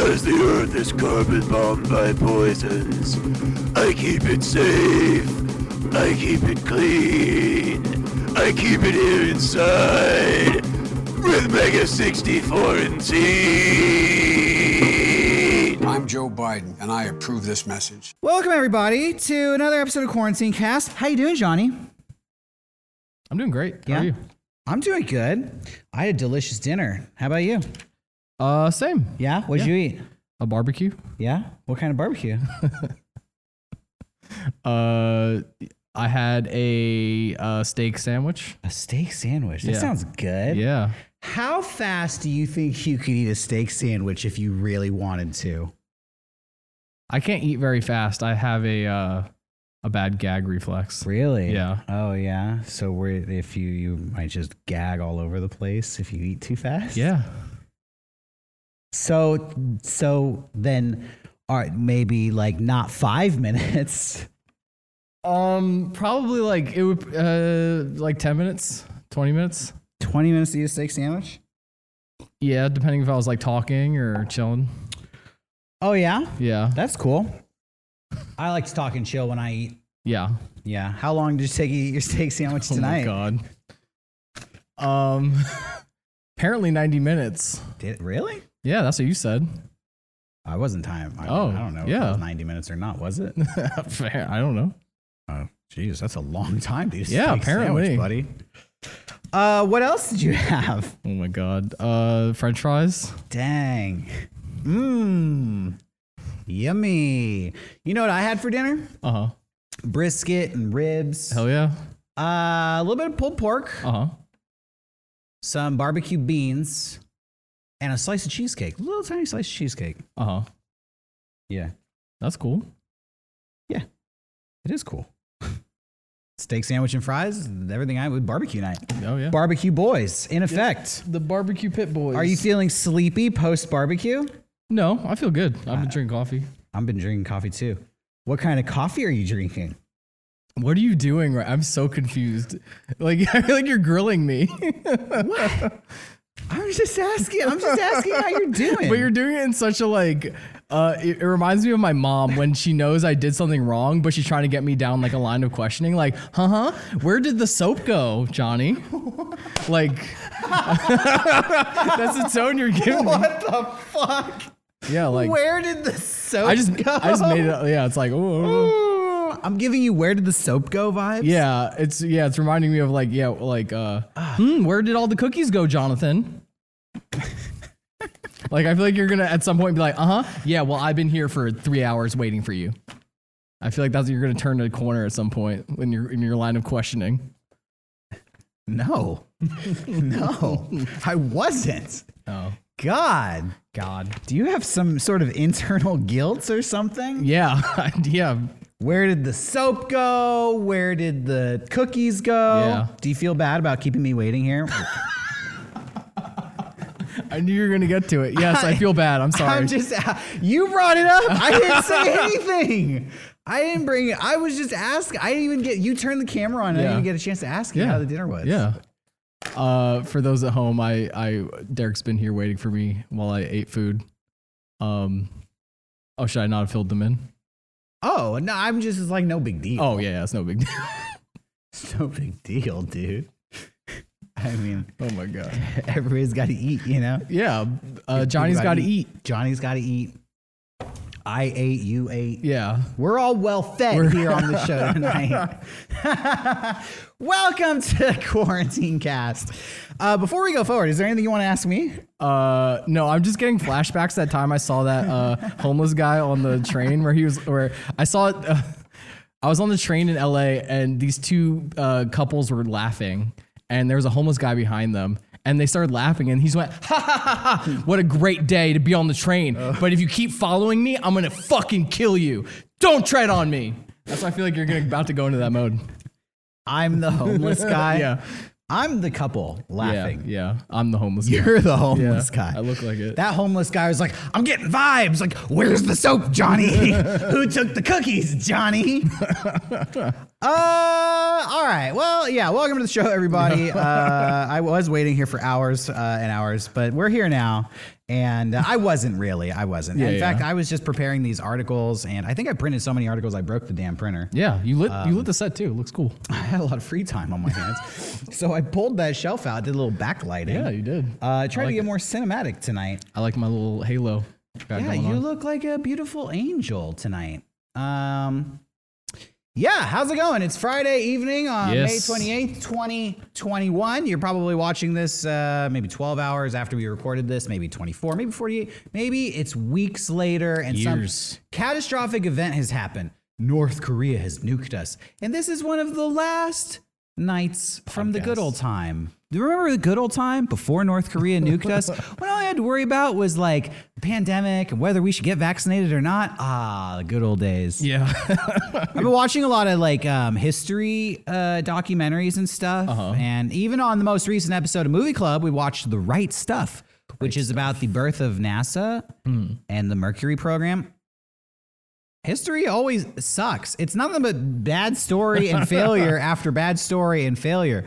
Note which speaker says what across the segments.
Speaker 1: As the earth is carbon bombed by poisons, I keep it safe. I keep it clean. I keep it here inside with Mega 64 and T.
Speaker 2: I'm Joe Biden, and I approve this message.
Speaker 3: Welcome everybody to another episode of Quarantine Cast. How you doing, Johnny?
Speaker 4: I'm doing great.
Speaker 3: Yeah?
Speaker 4: How are you?
Speaker 3: I'm doing good. I had a delicious dinner. How about you?
Speaker 4: Uh, same.
Speaker 3: Yeah. What'd you eat?
Speaker 4: A barbecue.
Speaker 3: Yeah. What kind of barbecue?
Speaker 4: Uh, I had a uh, steak sandwich.
Speaker 3: a steak sandwich. That
Speaker 4: Yeah.
Speaker 3: sounds good.
Speaker 4: Yeah.
Speaker 3: How fast do you think you could eat a steak sandwich if you really wanted to?
Speaker 4: I can't eat very fast. I have a uh, a bad gag reflex.
Speaker 3: Really?
Speaker 4: Yeah.
Speaker 3: Oh yeah. So we're, if you you might just gag all over the place if you eat too fast.
Speaker 4: Yeah.
Speaker 3: So so then, all right, maybe like not five minutes.
Speaker 4: Um, probably like it would uh like ten minutes, twenty minutes.
Speaker 3: Twenty minutes to eat a steak sandwich.
Speaker 4: Yeah, depending if I was like talking or chilling.
Speaker 3: Oh yeah,
Speaker 4: Yeah.
Speaker 3: that's cool. I like to talk and chill when I eat.
Speaker 4: Yeah.
Speaker 3: Yeah. How long did it take you to eat your steak sandwich
Speaker 4: Oh my
Speaker 3: tonight?
Speaker 4: god. Um, apparently ninety minutes.
Speaker 3: Did really?
Speaker 4: Yeah, that's what you said.
Speaker 3: I wasn't time. I,
Speaker 4: Oh,
Speaker 3: I don't know. If it
Speaker 4: yeah.
Speaker 3: was ninety minutes or not? Was it?
Speaker 4: Fair. I don't know.
Speaker 3: Oh, jeez, that's a long time, dude.
Speaker 4: Yeah, apparently.
Speaker 3: buddy. Uh, what else did you have?
Speaker 4: Oh my god. Uh, French fries.
Speaker 3: Dang. Mmm. Yummy. You know what I had for dinner?
Speaker 4: Uh huh.
Speaker 3: Brisket and ribs. Uh,
Speaker 4: Hell yeah.
Speaker 3: a little bit of pulled pork,
Speaker 4: Uh huh.
Speaker 3: some barbecue beans, and a slice of cheesecake. little tiny slice of cheesecake.
Speaker 4: Uh huh.
Speaker 3: Yeah,
Speaker 4: That's cool.
Speaker 3: it is cool. Steak sandwich and fries, everything I would barbecue night.
Speaker 4: Oh yeah.
Speaker 3: Barbecue boys, in effect.
Speaker 4: the barbecue pit boys.
Speaker 3: Are you feeling sleepy post barbecue?
Speaker 4: no, I feel good. I've been drinking coffee.
Speaker 3: I've been drinking coffee too. What kind of coffee are you drinking?
Speaker 4: What are you doing? Right. I'm so confused. Like I feel like you're grilling me,
Speaker 3: I'm just asking. I'm just asking how you're doing.
Speaker 4: but you're doing it in such a like. Uh, it, it reminds me of my mom when she knows I did something wrong, but she's trying to get me down like a line of questioning. Like, huh? Huh? Where did the soap go, Johnny? like, that's the tone you're giving me.
Speaker 3: what the fuck?
Speaker 4: Yeah, like
Speaker 3: where did the soap
Speaker 4: I just
Speaker 3: go?
Speaker 4: I just made it. up. Yeah, it's like oh.
Speaker 3: Ooh, I'm giving you where did the soap go vibes.
Speaker 4: Yeah, it's yeah, it's reminding me of like yeah, like uh, hmm, where did all the cookies go, Jonathan? like I feel like you're gonna at some point be like, uh huh, yeah. Well, I've been here for three hours waiting for you. I feel like that's you're gonna turn a corner at some point in your in your line of questioning.
Speaker 3: No. no. I wasn't.
Speaker 4: Oh
Speaker 3: God.
Speaker 4: God,
Speaker 3: Do you have some sort of internal guilt or something?
Speaker 4: yeah, yeah,
Speaker 3: Where did the soap go? Where did the cookies go?
Speaker 4: Yeah.
Speaker 3: Do you feel bad about keeping me waiting here?
Speaker 4: I knew you were gonna get to it. Yes, I, feel bad. I'm sorry.
Speaker 3: I'm just uh, you brought it up. I didn't say anything. I didn't bring it. I was just asking. I didn't even get you turned the camera on. I didn't
Speaker 4: Yeah.
Speaker 3: even get a chance to ask you
Speaker 4: Yeah.
Speaker 3: how the dinner was.
Speaker 4: Yeah. Uh, for those at home, I, I Derek's been here waiting for me while I ate food. Um, oh, should I not have filled them in?
Speaker 3: Oh no, I'm just it's like no big deal.
Speaker 4: Oh yeah, yeah it's no big deal.
Speaker 3: It's no big deal, dude. I mean,
Speaker 4: oh my god.
Speaker 3: everybody's got to eat, you know.
Speaker 4: Yeah, uh, Johnny's got to
Speaker 3: Everybody
Speaker 4: eat.
Speaker 3: Johnny's got to eat. I ate. You ate.
Speaker 4: Yeah.
Speaker 3: We're all well fed here on the show tonight. Welcome to Quarantine Cast. Uh, before we go forward, is there anything you want to ask me?
Speaker 4: Uh, no, I'm just getting flashbacks. That time I saw that uh, homeless guy on the train where he was, where I saw it. Uh, I was on the train in LA, and these two uh, couples were laughing, and there was a homeless guy behind them. And they started laughing, and he's went, ha, ha, ha, ha, what a great day to be on the train. But if you keep following me, I'm gonna fucking kill you. Don't tread on me. That's why I feel like you're gonna, about to go into that mode.
Speaker 3: I'm the homeless guy.
Speaker 4: Yeah.
Speaker 3: I'm the couple laughing.
Speaker 4: Yeah, yeah. I'm the homeless guy.
Speaker 3: You're the homeless
Speaker 4: Yeah,
Speaker 3: guy.
Speaker 4: I look like it.
Speaker 3: That homeless guy was like, I'm getting vibes. Like, where's the soap, Johnny? Who took the cookies, Johnny? uh, all right. Well, yeah. Welcome to the show, everybody. Uh, I was waiting here for hours uh, and hours, but we're here now. And uh, I wasn't really. I wasn't.
Speaker 4: Yeah,
Speaker 3: in fact,
Speaker 4: yeah.
Speaker 3: I was just preparing these articles, and I think I printed so many articles I broke the damn printer.
Speaker 4: Yeah, you lit you lit the set too. It looks cool.
Speaker 3: Um, I had a lot of free time on my hands, so I pulled that shelf out, did a little backlighting.
Speaker 4: Yeah, you did.
Speaker 3: Uh, I tried
Speaker 4: like
Speaker 3: to get
Speaker 4: it.
Speaker 3: more cinematic tonight.
Speaker 4: I like my little halo. Got
Speaker 3: Yeah,
Speaker 4: going
Speaker 3: you
Speaker 4: on.
Speaker 3: look like a beautiful angel tonight. Um, yeah, how's it going? It's Friday evening on
Speaker 4: Yes.
Speaker 3: May 28th, 2021. You're probably watching this uh, maybe 12 hours after we recorded this, maybe 24, maybe 48, maybe it's weeks later and
Speaker 4: Years.
Speaker 3: some catastrophic event has happened. North Korea has nuked us. And this is one of the last nights from the good
Speaker 4: Podcast.
Speaker 3: old time. Do you remember the good old time before North Korea nuked us? When all I had to worry about was like the pandemic and whether we should get vaccinated or not. Ah, the good old days.
Speaker 4: Yeah.
Speaker 3: I've been watching a lot of like um, history uh, documentaries and stuff. And even on the most recent episode of Movie Club, we watched The Right Hmm. Stuff, which is about the birth of NASA and the Mercury program. History always sucks. It's nothing but bad story and failure after bad story and failure.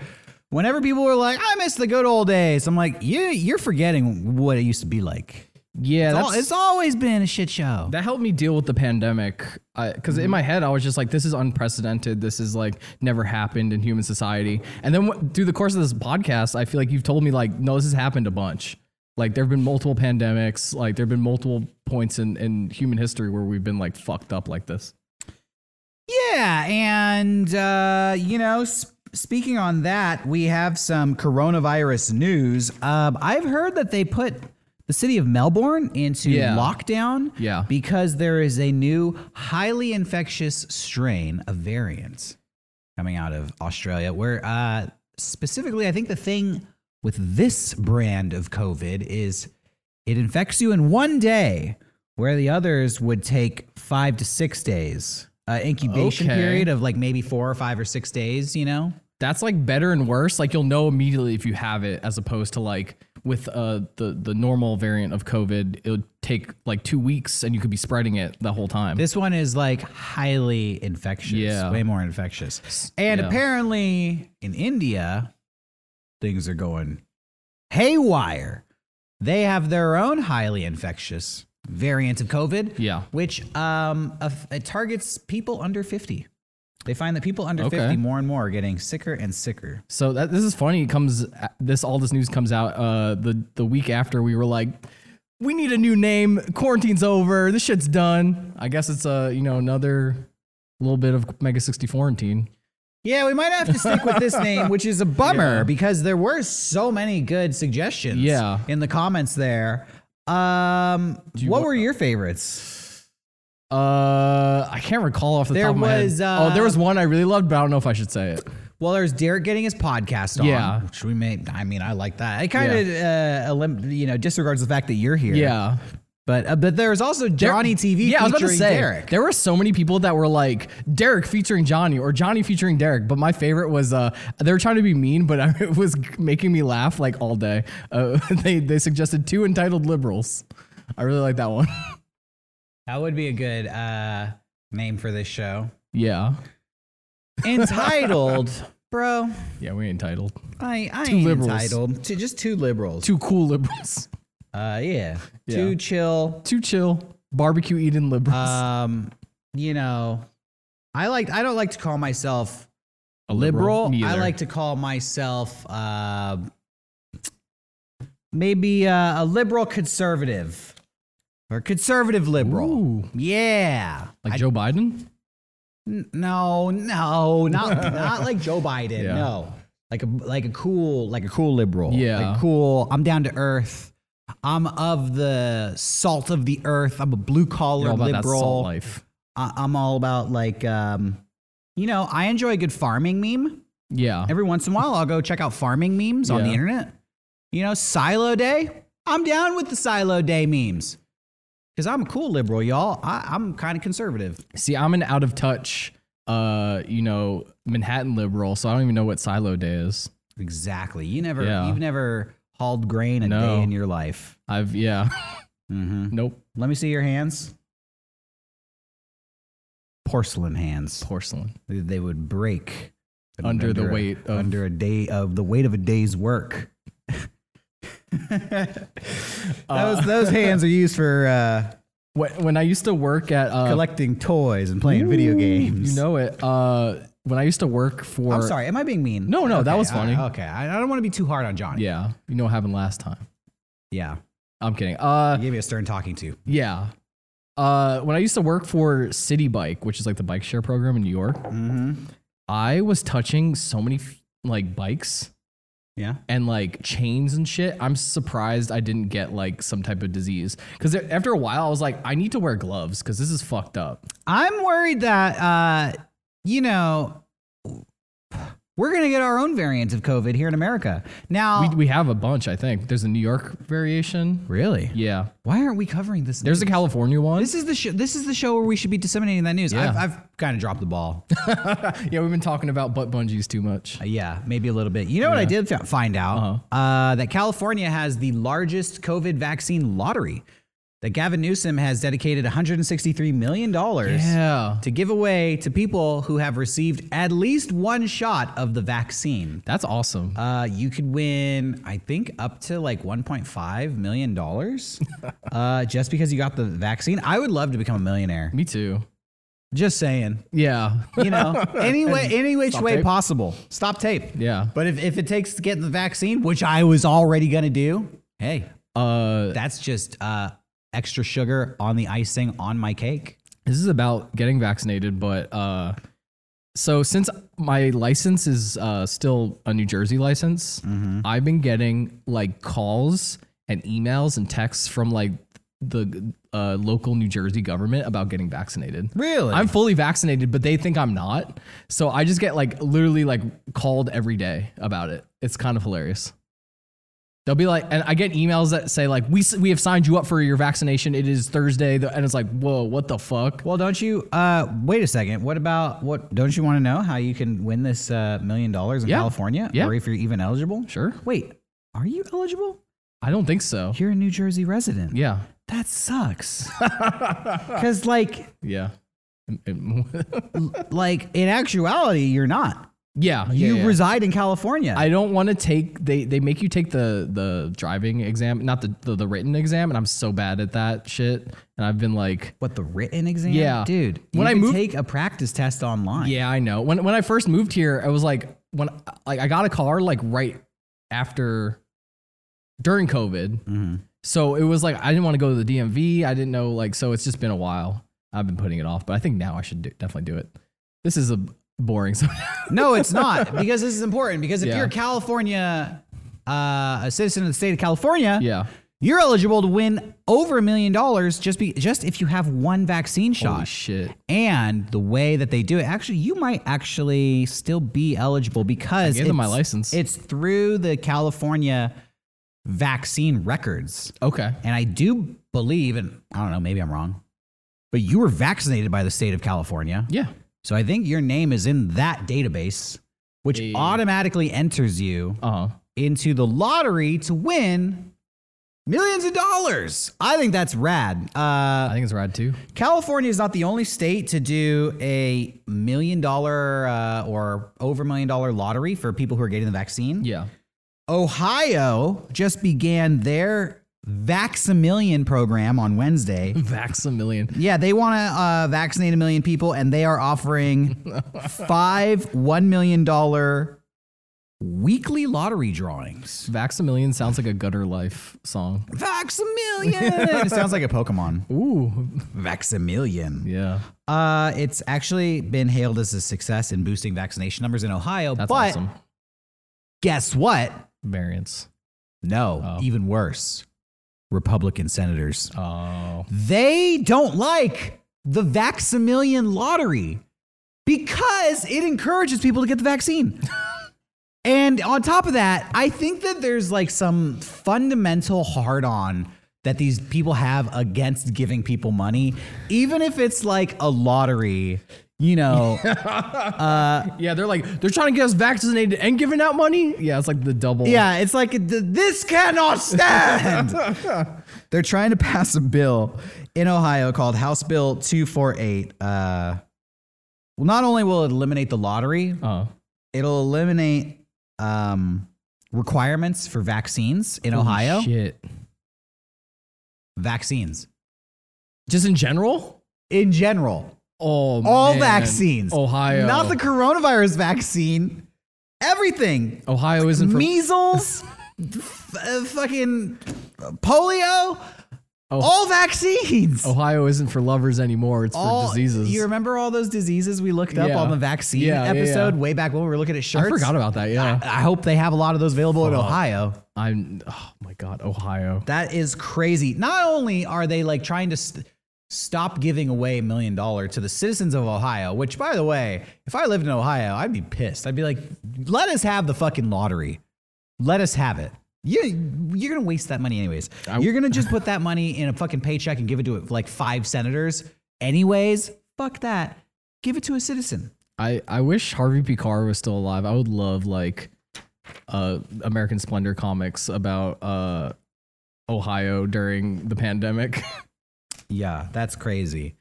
Speaker 3: Whenever people were like, I miss the good old days, I'm like, you, you're forgetting what it used to be like.
Speaker 4: yeah.
Speaker 3: It's,
Speaker 4: That's,
Speaker 3: al- it's always been a shit show.
Speaker 4: that helped me deal with the pandemic because
Speaker 3: Mm-hmm.
Speaker 4: in my head i was just like this is unprecedented this is like never happened in human society and then wh- through the course of this podcast i feel like you've told me like no this has happened a bunch like there have been multiple pandemics like there have been multiple points in, in human history where we've been like fucked up like this
Speaker 3: Yeah, and uh, you know, sp- speaking on that, we have some coronavirus news. Um, I've heard that they put the city of Melbourne into
Speaker 4: Yeah.
Speaker 3: lockdown.
Speaker 4: Yeah.
Speaker 3: because there is a new highly infectious strain, a variant, coming out of Australia. Where uh, specifically, I think the thing with this brand of COVID is it infects you in one day, where the others would take five to six days. Uh, incubation
Speaker 4: Okay.
Speaker 3: period of like maybe four or five or six days, you know?
Speaker 4: that's like better and worse like you'll know immediately if you have it as opposed to like with uh the the normal variant of covid it would take like two weeks and you could be spreading it the whole time
Speaker 3: This one is like highly infectious,
Speaker 4: Yeah.
Speaker 3: way more infectious. And
Speaker 4: yeah.
Speaker 3: apparently in India, things are going haywire. They have their own highly infectious variant of COVID,
Speaker 4: Yeah.
Speaker 3: which um, aff- it targets people under 50. They find that people under
Speaker 4: Okay.
Speaker 3: 50 more and more are getting sicker and sicker.
Speaker 4: So that this is funny. It comes uh, this all this news comes out uh, the the week after we were like, we need a new name. Quarantine's over. This shit's done. I guess it's uh, you know another little bit of Mega sixty quarantine.
Speaker 3: Yeah, we might have to stick with this name, which is a bummer
Speaker 4: Yeah.
Speaker 3: because there were so many good suggestions
Speaker 4: Yeah.
Speaker 3: in the comments there. Um,
Speaker 4: you
Speaker 3: what
Speaker 4: wa-
Speaker 3: were your favorites?
Speaker 4: Uh, I can't recall off the
Speaker 3: There
Speaker 4: top of my head.
Speaker 3: was,
Speaker 4: oh, there
Speaker 3: uh,
Speaker 4: was one I really loved, but I don't know if I should say it.
Speaker 3: Well, there's Derek getting his podcast on,
Speaker 4: Yeah.
Speaker 3: which we may. I mean, I like that. It kind of uh, elim- you know disregards the fact that you're here.
Speaker 4: Yeah,
Speaker 3: but uh, but there's also Johnny TV
Speaker 4: Yeah, I
Speaker 3: featuring
Speaker 4: was about to say
Speaker 3: Derek.
Speaker 4: there were so many people that were like Derek featuring Johnny or Johnny featuring Derek. But my favorite was uh, they were trying to be mean, but I, it was making me laugh like all day. Uh, they they suggested two entitled liberals. I really like that one.
Speaker 3: that would be a good uh, name for this show.
Speaker 4: yeah,
Speaker 3: Entitled, bro.
Speaker 4: yeah, we entitled
Speaker 3: I I
Speaker 4: Two
Speaker 3: ain't
Speaker 4: liberals.
Speaker 3: entitled to just two liberals.
Speaker 4: two cool liberals,
Speaker 3: Uh, yeah.
Speaker 4: Yeah.
Speaker 3: Two chill.
Speaker 4: two chill barbecue eating liberals.
Speaker 3: Um, you know, I like. I don't like to call myself
Speaker 4: A
Speaker 3: liberal.
Speaker 4: Me
Speaker 3: I
Speaker 4: either.
Speaker 3: like to call myself uh, maybe uh, a liberal conservative or conservative liberal.
Speaker 4: Ooh.
Speaker 3: Yeah.
Speaker 4: like
Speaker 3: I-
Speaker 4: Joe Biden.
Speaker 3: n- no, no, not not like Joe Biden.
Speaker 4: Yeah.
Speaker 3: No, like a like a cool like a cool liberal.
Speaker 4: Yeah.
Speaker 3: like cool. I'm down to earth. I'm of the salt of the earth. I'm a blue collar
Speaker 4: You're all about that salt
Speaker 3: liberal.
Speaker 4: life.
Speaker 3: I- I'm all about like um, you know. I enjoy a good farming meme.
Speaker 4: Yeah,
Speaker 3: Every once in a while, I'll go check out farming memes on the
Speaker 4: Yeah.
Speaker 3: internet. You know, Silo Day. I'm down with the Silo Day memes because I'm a cool liberal, y'all. I, I'm kind of conservative.
Speaker 4: See, I'm an out of touch, uh, you know, Manhattan liberal, so I don't even know what silo day is.
Speaker 3: Exactly. You never.
Speaker 4: Yeah.
Speaker 3: You've never hauled grain a
Speaker 4: No.
Speaker 3: day in your life.
Speaker 4: I've yeah,
Speaker 3: Mm-hmm.
Speaker 4: nope,
Speaker 3: Let me see your hands. Porcelain hands.
Speaker 4: porcelain
Speaker 3: They would break
Speaker 4: under, the
Speaker 3: a-
Speaker 4: weight of
Speaker 3: under a day of the weight of a day's work.
Speaker 4: Uh,
Speaker 3: those those hands are used for uh,
Speaker 4: When, when I used to work at uh,
Speaker 3: collecting toys and playing video games.
Speaker 4: You know it. Uh, when I used to work for.
Speaker 3: I'm sorry. Am I being mean?
Speaker 4: No, no, that
Speaker 3: Okay,
Speaker 4: was funny.
Speaker 3: I- okay, I, I don't want to be too hard on Johnny.
Speaker 4: Yeah, you know what happened last time.
Speaker 3: yeah.
Speaker 4: I'm kidding.
Speaker 3: He
Speaker 4: Uh,
Speaker 3: gave me a stern talking to.
Speaker 4: yeah. Uh, when I used to work for City Bike, which is like the bike share program in New York,
Speaker 3: Mm-hmm.
Speaker 4: I was touching so many f- like bikes
Speaker 3: Yeah.
Speaker 4: and like chains and shit. I'm surprised I didn't get like some type of disease. Because after a while, I was like, I need to wear gloves because this is fucked up.
Speaker 3: I'm worried that uh, you know we're gonna get our own variant of COVID here in America. Now,
Speaker 4: We, we have a bunch, I think. There's a New York variation.
Speaker 3: really,
Speaker 4: Yeah.
Speaker 3: why aren't we covering this?
Speaker 4: There's a California one.
Speaker 3: This is the show. This is the show where we should be disseminating that news.
Speaker 4: Yeah.
Speaker 3: I've, I've kind of dropped the ball. Uh,
Speaker 4: yeah, we've been talking about butt bungees too much.
Speaker 3: yeah, maybe a little bit. You know what I did fi- find out?
Speaker 4: Uh-huh.
Speaker 3: uh that California has the largest COVID vaccine lottery. That Gavin Newsom has dedicated 163 million dollars
Speaker 4: Yeah.
Speaker 3: to give away to people who have received at least one shot of the vaccine.
Speaker 4: That's awesome.
Speaker 3: Uh, you could win, I think, up to like 1.5 million dollars uh, just because you got the vaccine. I would love to become a millionaire.
Speaker 4: Me too.
Speaker 3: Just saying,
Speaker 4: Yeah.
Speaker 3: you know, any way, any which way
Speaker 4: tape.
Speaker 3: possible. Stop tape.
Speaker 4: Yeah.
Speaker 3: But if, if it takes to get the vaccine, which I was already gonna do, hey,
Speaker 4: Uh,
Speaker 3: that's just uh, extra sugar on the icing on my cake.
Speaker 4: this is about getting vaccinated, but uh, so since my license is uh, still a New Jersey license, I've been getting like calls and emails and texts from like the uh, local New Jersey government about getting vaccinated.
Speaker 3: Really?
Speaker 4: I'm fully vaccinated, but they think I'm not. So I just get like literally like called every day about it. It's kind of hilarious. They'll be like, and I get emails that say like, we s- we have signed you up for your vaccination. It is Thursday, The- and it's like, whoa, what the fuck?
Speaker 3: Well, don't you? Uh, wait a second. What about what? Don't you want to know how you can win this uh, million dollars in
Speaker 4: Yeah.
Speaker 3: California,
Speaker 4: Yeah.
Speaker 3: or if you're even eligible?
Speaker 4: Sure,
Speaker 3: Wait, are you eligible?
Speaker 4: I don't think so.
Speaker 3: You're a New Jersey resident.
Speaker 4: Yeah,
Speaker 3: That sucks. Because like,
Speaker 4: yeah,
Speaker 3: like in actuality, you're not.
Speaker 4: yeah.
Speaker 3: You
Speaker 4: yeah, yeah.
Speaker 3: reside in California.
Speaker 4: I don't want to take they they make you take the the driving exam, not the, the the written exam, and I'm so bad at that shit. And I've been like,
Speaker 3: what the written exam?
Speaker 4: Yeah.
Speaker 3: dude.
Speaker 4: When
Speaker 3: you
Speaker 4: I
Speaker 3: can
Speaker 4: moved-
Speaker 3: take a practice test online.
Speaker 4: Yeah, I know. When when I first moved here, I was like when like I got a car like right after during COVID. So it was like I didn't want to go to the DMV. I didn't know like so it's just been a while. I've been putting it off, but I think now I should do, definitely do it. This is a boring. So
Speaker 3: No, it's not because this is important. Because if
Speaker 4: Yeah.
Speaker 3: you're a California, uh, a citizen of the state of California,
Speaker 4: yeah.
Speaker 3: You're eligible to win over a million dollars just be just if you have one vaccine
Speaker 4: Holy
Speaker 3: shot.
Speaker 4: shit.
Speaker 3: and the way that they do it, actually, you might actually still be eligible because
Speaker 4: gave them my
Speaker 3: it's-
Speaker 4: license.
Speaker 3: It's through the California vaccine records,
Speaker 4: Okay.
Speaker 3: and I do believe, and I don't know, maybe I'm wrong, but you were vaccinated by the state of California,
Speaker 4: Yeah.
Speaker 3: so I think your name is in that database, which
Speaker 4: Yeah.
Speaker 3: automatically enters you
Speaker 4: Uh huh.
Speaker 3: into the lottery to win millions of dollars. I think that's rad.
Speaker 4: I
Speaker 3: Uh,
Speaker 4: think it's rad too.
Speaker 3: California is not the only state to do a million dollar uh, or over million dollar lottery for people who are getting the vaccine.
Speaker 4: Yeah.
Speaker 3: Ohio just began their Vaximillion program on Wednesday.
Speaker 4: Vax a million.
Speaker 3: Yeah, they want to uh, vaccinate a million people, and they are offering five $1 million weekly lottery drawings.
Speaker 4: Vax a million sounds like a gutter life song.
Speaker 3: Vaximillion. it sounds like a Pokemon.
Speaker 4: Ooh.
Speaker 3: Vaximillion.
Speaker 4: Yeah.
Speaker 3: Uh, it's actually been hailed as a success in boosting vaccination numbers in Ohio.
Speaker 4: That's
Speaker 3: but
Speaker 4: awesome.
Speaker 3: guess what?
Speaker 4: Variants.
Speaker 3: No,
Speaker 4: Oh.
Speaker 3: even worse. Republican senators.
Speaker 4: Oh.
Speaker 3: They don't like the Vaximillion lottery because it encourages people to get the vaccine. and on top of that, I think that there's like some fundamental hard on that these people have against giving people money, even if it's like a lottery, you know.
Speaker 4: Yeah, they're like they're trying to get us vaccinated and giving out money. Yeah, it's like the double.
Speaker 3: Yeah, it's like th- this cannot stand. They're trying to pass a bill in Ohio called House Bill 248. Uh, well, not only will it eliminate the lottery,
Speaker 4: Oh,
Speaker 3: it'll eliminate um, requirements for vaccines in Ohio.
Speaker 4: Shit.
Speaker 3: Vaccines
Speaker 4: Just in general?
Speaker 3: in general,
Speaker 4: Oh,
Speaker 3: all
Speaker 4: man.
Speaker 3: vaccines.
Speaker 4: Ohio.
Speaker 3: not the coronavirus vaccine. Everything.
Speaker 4: Ohio isn't for
Speaker 3: Measles, f- uh, fucking polio,
Speaker 4: Oh.
Speaker 3: all vaccines.
Speaker 4: Ohio isn't for lovers anymore. It's for
Speaker 3: all,
Speaker 4: diseases.
Speaker 3: You remember all those diseases we looked up
Speaker 4: Yeah.
Speaker 3: on the vaccine
Speaker 4: Yeah, yeah,
Speaker 3: episode
Speaker 4: yeah.
Speaker 3: way back when we were looking at shirts?
Speaker 4: I forgot about that. Yeah.
Speaker 3: I hope they have a lot of those available in Ohio.
Speaker 4: I'm. Oh my God, Ohio.
Speaker 3: That is crazy. Not only are they like trying to st- stop giving away a million dollar to the citizens of Ohio, which by the way, if I lived in Ohio, I'd be pissed. I'd be like, let us have the fucking lottery. Let us have it. You, you're gonna waste that money anyways. you're gonna just put that money in a fucking paycheck and give it to like five senators anyways. Fuck that. Give it to a citizen.
Speaker 4: I I wish Harvey P. Carr was still alive. I would love like, uh, American Splendor comics about uh, Ohio during the pandemic.
Speaker 3: Yeah, that's crazy.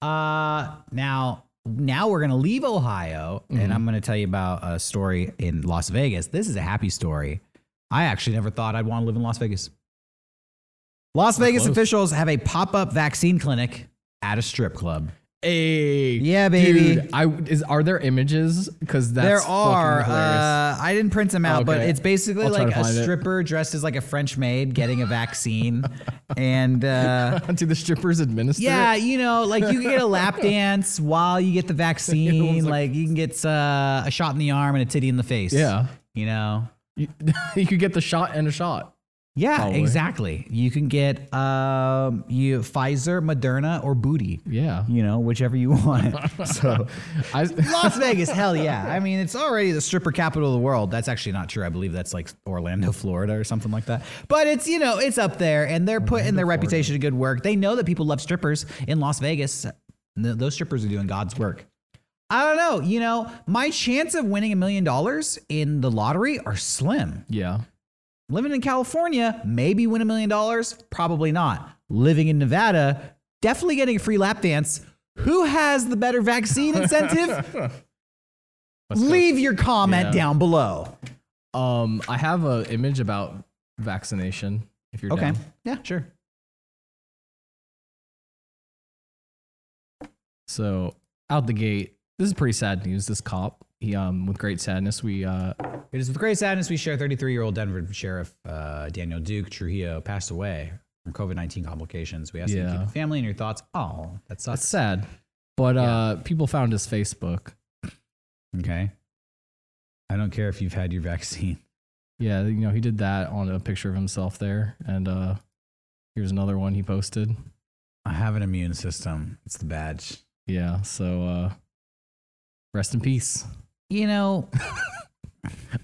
Speaker 3: Uh, now, now we're gonna leave Ohio,
Speaker 4: Mm-hmm.
Speaker 3: and I'm gonna tell you about a story in Las Vegas. This is a happy story. I actually never thought I'd want to live in Las Vegas. Las Vegas
Speaker 4: close.
Speaker 3: officials have a pop-up vaccine clinic at a strip club.
Speaker 4: hey.
Speaker 3: Yeah, baby.
Speaker 4: Dude, I is are there images? Because that's
Speaker 3: there
Speaker 4: fucking
Speaker 3: are.
Speaker 4: hilarious.
Speaker 3: Uh, I didn't print them out, but
Speaker 4: Okay.
Speaker 3: it's basically
Speaker 4: I'll try
Speaker 3: like
Speaker 4: to
Speaker 3: a
Speaker 4: find it.
Speaker 3: stripper dressed as like a French maid getting a vaccine, and uh,
Speaker 4: Do the strippers administer?
Speaker 3: Yeah,
Speaker 4: it?
Speaker 3: you know, like you can get a lap dance while you get the vaccine.
Speaker 4: one's
Speaker 3: like,
Speaker 4: like-
Speaker 3: you can get uh, a shot in the arm and a titty in the face.
Speaker 4: Yeah.
Speaker 3: You know?
Speaker 4: You, you could get the shot and a shot.
Speaker 3: Yeah,
Speaker 4: Probably.
Speaker 3: exactly. You can get um, you Pfizer, Moderna, or booty.
Speaker 4: Yeah.
Speaker 3: You know, whichever you want. so
Speaker 4: I,
Speaker 3: Las Vegas, hell yeah. I mean, it's already the stripper capital of the world. That's actually not true. I believe that's like Orlando, Florida or something like that. But it's, you know, it's up there and they're putting their reputation to good work. They know that people love strippers in Las Vegas. Th- Those strippers are doing God's work. I don't know. You know, my chance of winning a million dollars in the lottery are slim.
Speaker 4: yeah.
Speaker 3: Living in California, maybe win a million dollars, probably not. Living in Nevada, definitely getting a free lap dance. Who has the better vaccine incentive? Leave your comment
Speaker 4: Yeah.
Speaker 3: down below.
Speaker 4: Um, I have an image about vaccination. If you're
Speaker 3: Okay.
Speaker 4: down.
Speaker 3: Yeah, sure.
Speaker 4: So out the gate, this is pretty sad news. This cop, he um, with great sadness, we uh,
Speaker 3: It is with great sadness we share 33 year old Denver Sheriff uh, Daniel Duke Trujillo passed away from COVID 19 complications. We ask you to
Speaker 4: Yeah.
Speaker 3: keep your family and your thoughts. Oh, that
Speaker 4: that's
Speaker 3: sucks.
Speaker 4: sad, but uh, people found his Facebook.
Speaker 3: okay. I don't care if you've had your vaccine.
Speaker 4: Yeah, you know, he did that on a picture of himself there, and uh, here's another one he posted.
Speaker 3: I have an immune system, it's the badge.
Speaker 4: Yeah, so uh, rest in peace.
Speaker 3: You know,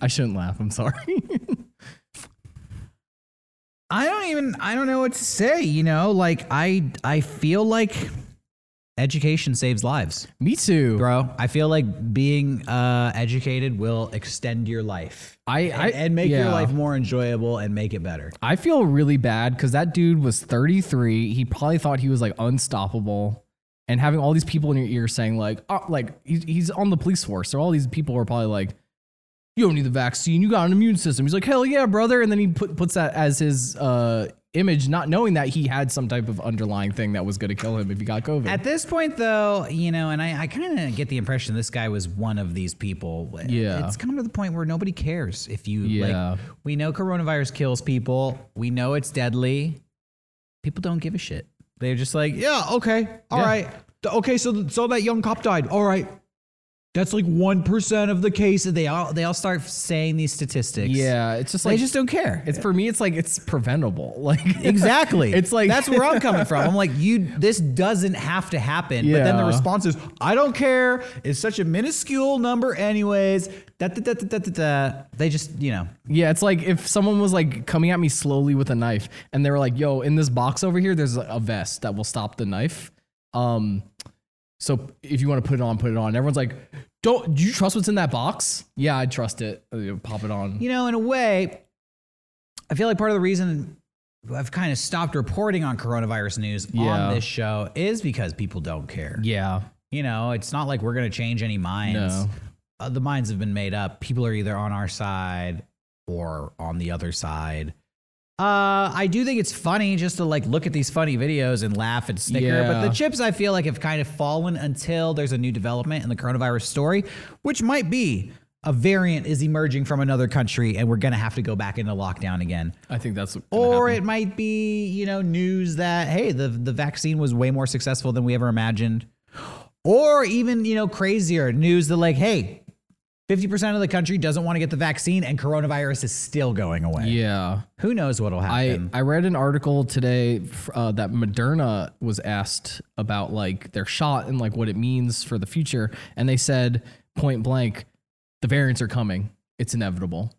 Speaker 4: I shouldn't laugh. I'm sorry.
Speaker 3: I don't even I don't know what to say, you know, like I I feel like education saves lives,
Speaker 4: Me too,
Speaker 3: bro. I feel like being uh educated will extend your life.
Speaker 4: I,
Speaker 3: And,
Speaker 4: I
Speaker 3: and make your
Speaker 4: yeah.
Speaker 3: life more enjoyable and make it better.
Speaker 4: I feel really bad because that dude was 33. He probably thought he was like unstoppable, and having all these people in your ear saying like, oh, like he's, he's on the police force. So all these people are probably like, you don't need the vaccine. You got an immune system. He's like, hell yeah, brother. And then he put, puts that as his uh, image, not knowing that he had some type of underlying thing that was going to kill him if he got COVID.
Speaker 3: At this point, though, you know, and I, I kind of get the impression this guy was one of these people.
Speaker 4: Yeah.
Speaker 3: It's come to the point where nobody cares if you,
Speaker 4: Yeah.
Speaker 3: like, we know coronavirus kills people, we know it's deadly. People don't give a shit. They're just like, yeah, okay, all
Speaker 4: Yeah.
Speaker 3: right, D- Okay, so, so that young cop died. All right. That's like 1% of the cases. They all, they all start saying these statistics.
Speaker 4: yeah, it's just
Speaker 3: They
Speaker 4: like
Speaker 3: just don't care.
Speaker 4: It's for me. It's like it's preventable. Like
Speaker 3: Exactly.
Speaker 4: It's like-
Speaker 3: that's where I'm coming from. I'm like, you. This doesn't have to happen. But then the
Speaker 4: Yeah.
Speaker 3: response is, I don't care. It's such a minuscule number, anyways. Da, da, da, da, da, da, da. They just, you know,
Speaker 4: Yeah, it's like if someone was like coming at me slowly with a knife and they were like, "Yo, in this box over here there's a vest that will stop the knife." Um so if you want to put it on, put it on. Everyone's like, "Don't do you trust what's in that box?" Yeah, I trust it. Uh, you Pop it on.
Speaker 3: you know, in a way, I feel like part of the reason I've kind of stopped reporting on coronavirus news
Speaker 4: Yeah.
Speaker 3: on this show is because people don't care.
Speaker 4: Yeah.
Speaker 3: You know, it's not like we're gonna change any minds.
Speaker 4: No.
Speaker 3: Uh, the minds have been made up. People are either on our side or on the other side. Uh, I do think it's funny just to like look at these funny videos and laugh and snicker. But the
Speaker 4: Yeah.
Speaker 3: chips I feel like have kind of fallen until there's a new development in the coronavirus story, which might be a variant is emerging from another country and we're gonna have to go back into lockdown again.
Speaker 4: I think that's gonna
Speaker 3: Or
Speaker 4: happen.
Speaker 3: it might be, you know, news that hey, the the vaccine was way more successful than we ever imagined. Or even, you know, crazier news that like, hey, 50% of the country doesn't want to get the vaccine and coronavirus is still going away.
Speaker 4: yeah.
Speaker 3: Who knows what'll
Speaker 4: I,
Speaker 3: happen?
Speaker 4: I read an article today f- uh, that Moderna was asked about like their shot and like what it means for the future, and they said point blank, the variants are coming. It's inevitable,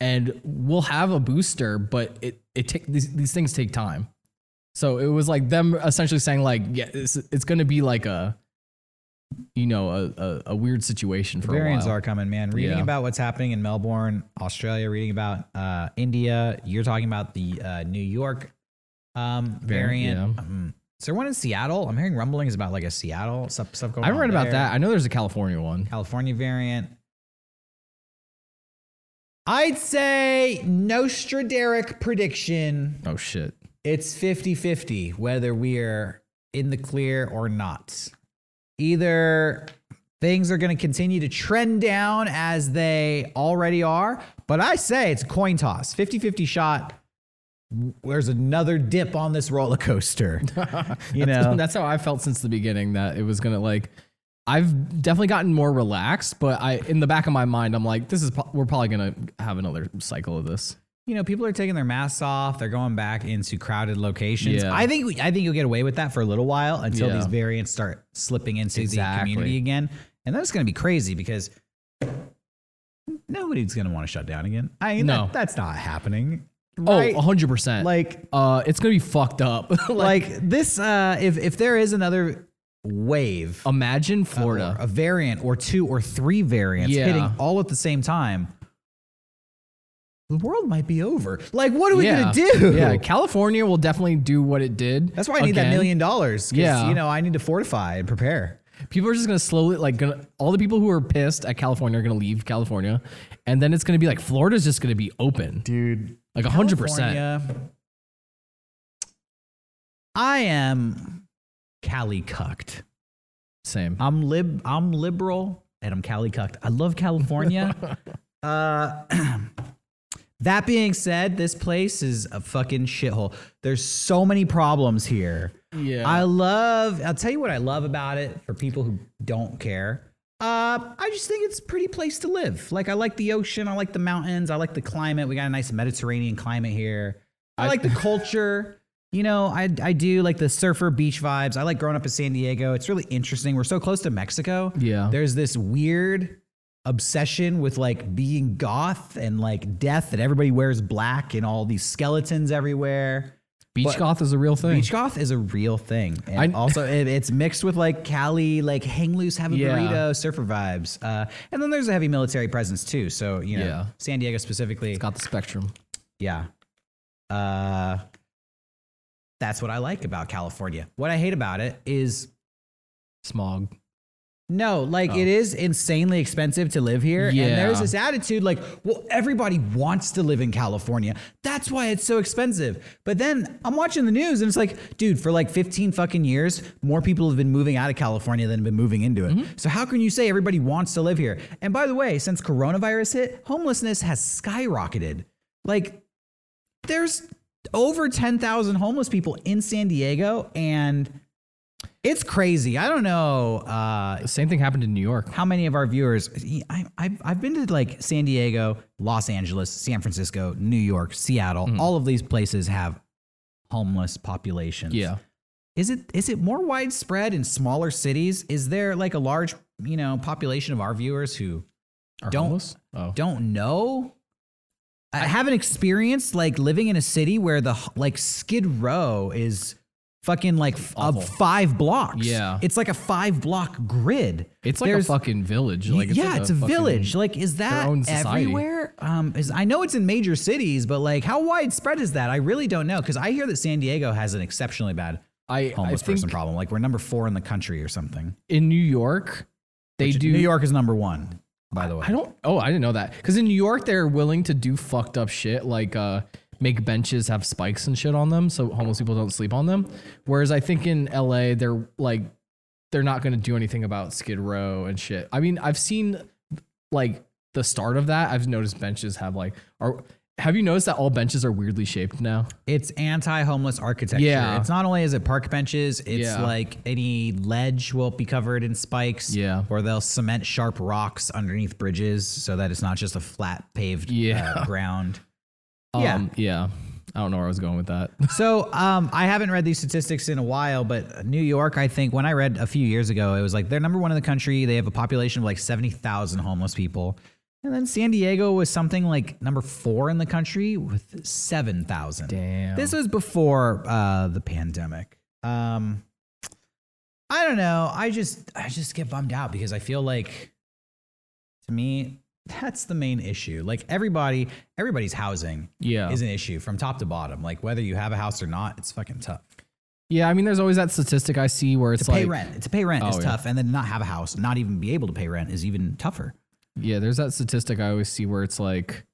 Speaker 4: and we'll have a booster, but it it take these, these things take time. So it was like them essentially saying like yeah, it's it's going to be like a you know a, a, a weird situation for
Speaker 3: Variants
Speaker 4: a while.
Speaker 3: are coming, man. Reading
Speaker 4: Yeah.
Speaker 3: about what's happening in Melbourne, Australia, reading about uh, India. You're talking about the uh, New York um, variant.
Speaker 4: Variant,
Speaker 3: Um, is there one in Seattle? I'm hearing rumblings about like a Seattle stuff, stuff going
Speaker 4: I've read
Speaker 3: on
Speaker 4: about
Speaker 3: there.
Speaker 4: that. I know there's a California one.
Speaker 3: California variant. I'd say Nostraderic prediction.
Speaker 4: Oh shit.
Speaker 3: It's 50 50 whether we're in the clear or not. Either things are going to continue to trend down as they already are, but I say it's a coin toss 50 50 shot. There's another dip on this roller coaster. You
Speaker 4: That's-
Speaker 3: know?
Speaker 4: that's how i felt since the beginning that it was gonna like i've definitely gotten more relaxed but i in the back of my mind i'm like this is po- we're probably gonna have another cycle of this
Speaker 3: you know, people are taking their masks off. They're going back into crowded locations.
Speaker 4: Yeah.
Speaker 3: I think we, I think you'll get away with that for a little while until
Speaker 4: Yeah.
Speaker 3: these variants start slipping into
Speaker 4: Exactly.
Speaker 3: the community again, and that's going to be crazy because nobody's going to want to shut down again. I mean,
Speaker 4: No.
Speaker 3: that- that's not happening.
Speaker 4: oh 100% like
Speaker 3: like
Speaker 4: uh it's gonna be fucked up like,
Speaker 3: like this. Uh, if if there is another wave,
Speaker 4: imagine
Speaker 3: or
Speaker 4: Um, florida
Speaker 3: a variant or two or three variants
Speaker 4: Yeah.
Speaker 3: hitting all at the same time. The world might be over. Like, what are we gonna
Speaker 4: yeah
Speaker 3: do?
Speaker 4: yeah california will definitely do what it did
Speaker 3: That's why I need that
Speaker 4: again.
Speaker 3: million dollars. 'cause,
Speaker 4: Yeah.
Speaker 3: You know, I need to fortify and prepare.
Speaker 4: people are just gonna slowly like gonna all the people who are pissed at california are gonna leave california and then it's gonna be like florida's just gonna be open
Speaker 3: Dude.
Speaker 4: like 100%
Speaker 3: I am Cali cucked.
Speaker 4: same
Speaker 3: I'm lib I'm liberal and I'm Cali cucked. I love California. uh That being said, this place is a fucking shithole. There's so many problems here.
Speaker 4: yeah
Speaker 3: I love. I'll tell you what I love about it for people who don't care. Uh, I just think it's a pretty place to live. Like I like the ocean. I like the mountains. I like the climate. We got a nice Mediterranean climate here. I, like the culture. You know, I I do like the surfer beach vibes. I like growing up in San Diego. It's really interesting. We're so close to Mexico.
Speaker 4: Yeah.
Speaker 3: There's this weird obsession with like being goth and like death and everybody wears black and all these skeletons everywhere.
Speaker 4: Beach
Speaker 3: But-
Speaker 4: goth is a real thing.
Speaker 3: Beach goth is a real thing. And
Speaker 4: I-
Speaker 3: also, it, it's mixed with like Cali, like hang loose, have a
Speaker 4: Yeah.
Speaker 3: burrito, surfer vibes. Uh, and then there's a heavy military presence too. So, you know,
Speaker 4: Yeah.
Speaker 3: San Diego specifically.
Speaker 4: got the spectrum.
Speaker 3: Yeah. Uh, that's what I like about California. What I hate about it is
Speaker 4: Smog.
Speaker 3: no, like it is insanely expensive to live here. And
Speaker 4: Yeah.
Speaker 3: there's this attitude like, well, everybody wants to live in California. That's why it's so expensive. But then I'm watching the news and it's like, dude, for like 15 fucking years, more people have been moving out of California than have been moving into it. So how can you say everybody wants to live here? And by the way, since coronavirus hit, homelessness has skyrocketed. Like, there's over 10,000 homeless people in San Diego and. It's crazy. I don't know. Uh,
Speaker 4: The same thing happened in New York.
Speaker 3: how many of our viewers I, I've, I've been to like san diego los angeles san francisco new york seattle
Speaker 4: Mm-hmm.
Speaker 3: all of these places have homeless populations
Speaker 4: Yeah.
Speaker 3: is it is it more widespread in smaller cities is there like a large you know population of our viewers who
Speaker 4: Or
Speaker 3: Don't-
Speaker 4: homeless? Oh.
Speaker 3: don't know i haven't experienced like living in a city where the h- like skid row is fucking like f- of
Speaker 4: Awful.
Speaker 3: five blocks
Speaker 4: Yeah.
Speaker 3: it's like a five block grid
Speaker 4: It's like a
Speaker 3: There's-
Speaker 4: fucking village. Like
Speaker 3: yeah, it's a,
Speaker 4: fucking-
Speaker 3: village. Like, is that
Speaker 4: own society.
Speaker 3: everywhere? Um, is I know it's in major cities, but like, how widespread is that? I really don't know because I hear that San Diego has an exceptionally bad
Speaker 4: I, I
Speaker 3: homeless person
Speaker 4: think
Speaker 3: problem. Like, we're number four in the country or something.
Speaker 4: in New York, they
Speaker 3: Which
Speaker 4: do.
Speaker 3: New York is number one. by the way.
Speaker 4: I don't. Oh, I didn't know that. Because in New York, they're willing to do fucked up shit, like uh, make benches have spikes and shit on them, so homeless people don't sleep on them. Whereas I think in LA, they're like, they're not going to do anything about Skid Row and shit. I mean, I've seen like the start of that. I've noticed benches have like are. Have you noticed that all benches are weirdly shaped now?
Speaker 3: It's anti-homeless architecture.
Speaker 4: Yeah.
Speaker 3: It's not only is it park benches, it's
Speaker 4: Yeah.
Speaker 3: like any ledge will be covered in spikes.
Speaker 4: Yeah.
Speaker 3: Or they'll cement sharp rocks underneath bridges so that it's not just a flat paved
Speaker 4: Yeah.
Speaker 3: uh, ground. Yeah.
Speaker 4: Um, yeah. I don't know where I was going with that.
Speaker 3: So um, I haven't read these statistics in a while, but New York, I think when I read a few years ago, it was like they're number one in the country. They have a population of like seventy thousand homeless people, and then San Diego was something like number four in the country with seven thousand.
Speaker 4: Damn.
Speaker 3: This was before uh, the pandemic. Um, I don't know. I just I just get bummed out because I feel like to me that's the main issue. Like everybody everybody's housing
Speaker 4: Yeah.
Speaker 3: is an issue from top to bottom. Like whether you have a house or not, it's fucking tough.
Speaker 4: yeah. I mean, there's always that statistic I see where it's
Speaker 3: To pay
Speaker 4: like
Speaker 3: rent, to pay rent is
Speaker 4: Oh, yeah.
Speaker 3: tough, and then not have a house, not even be able to pay rent is even tougher.
Speaker 4: Yeah, there's that statistic I always see where it's like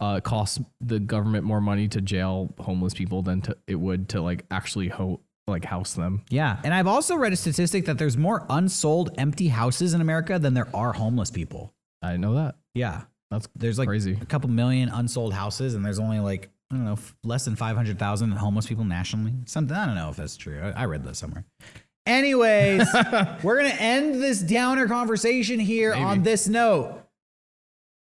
Speaker 4: uh, it costs the government more money to jail homeless people than to, it would to like actually ho- like house them.
Speaker 3: Yeah, and I've also read a statistic that there's more unsold empty houses in America than there are homeless people.
Speaker 4: I didn't know that.
Speaker 3: Yeah,
Speaker 4: That's
Speaker 3: there's like
Speaker 4: Crazy.
Speaker 3: a couple million unsold houses, and there's only like I don't know f- less than five hundred thousand homeless people nationally. Something I don't know if that's true. I, I read that somewhere. Anyways, we're gonna end this downer conversation here on this note.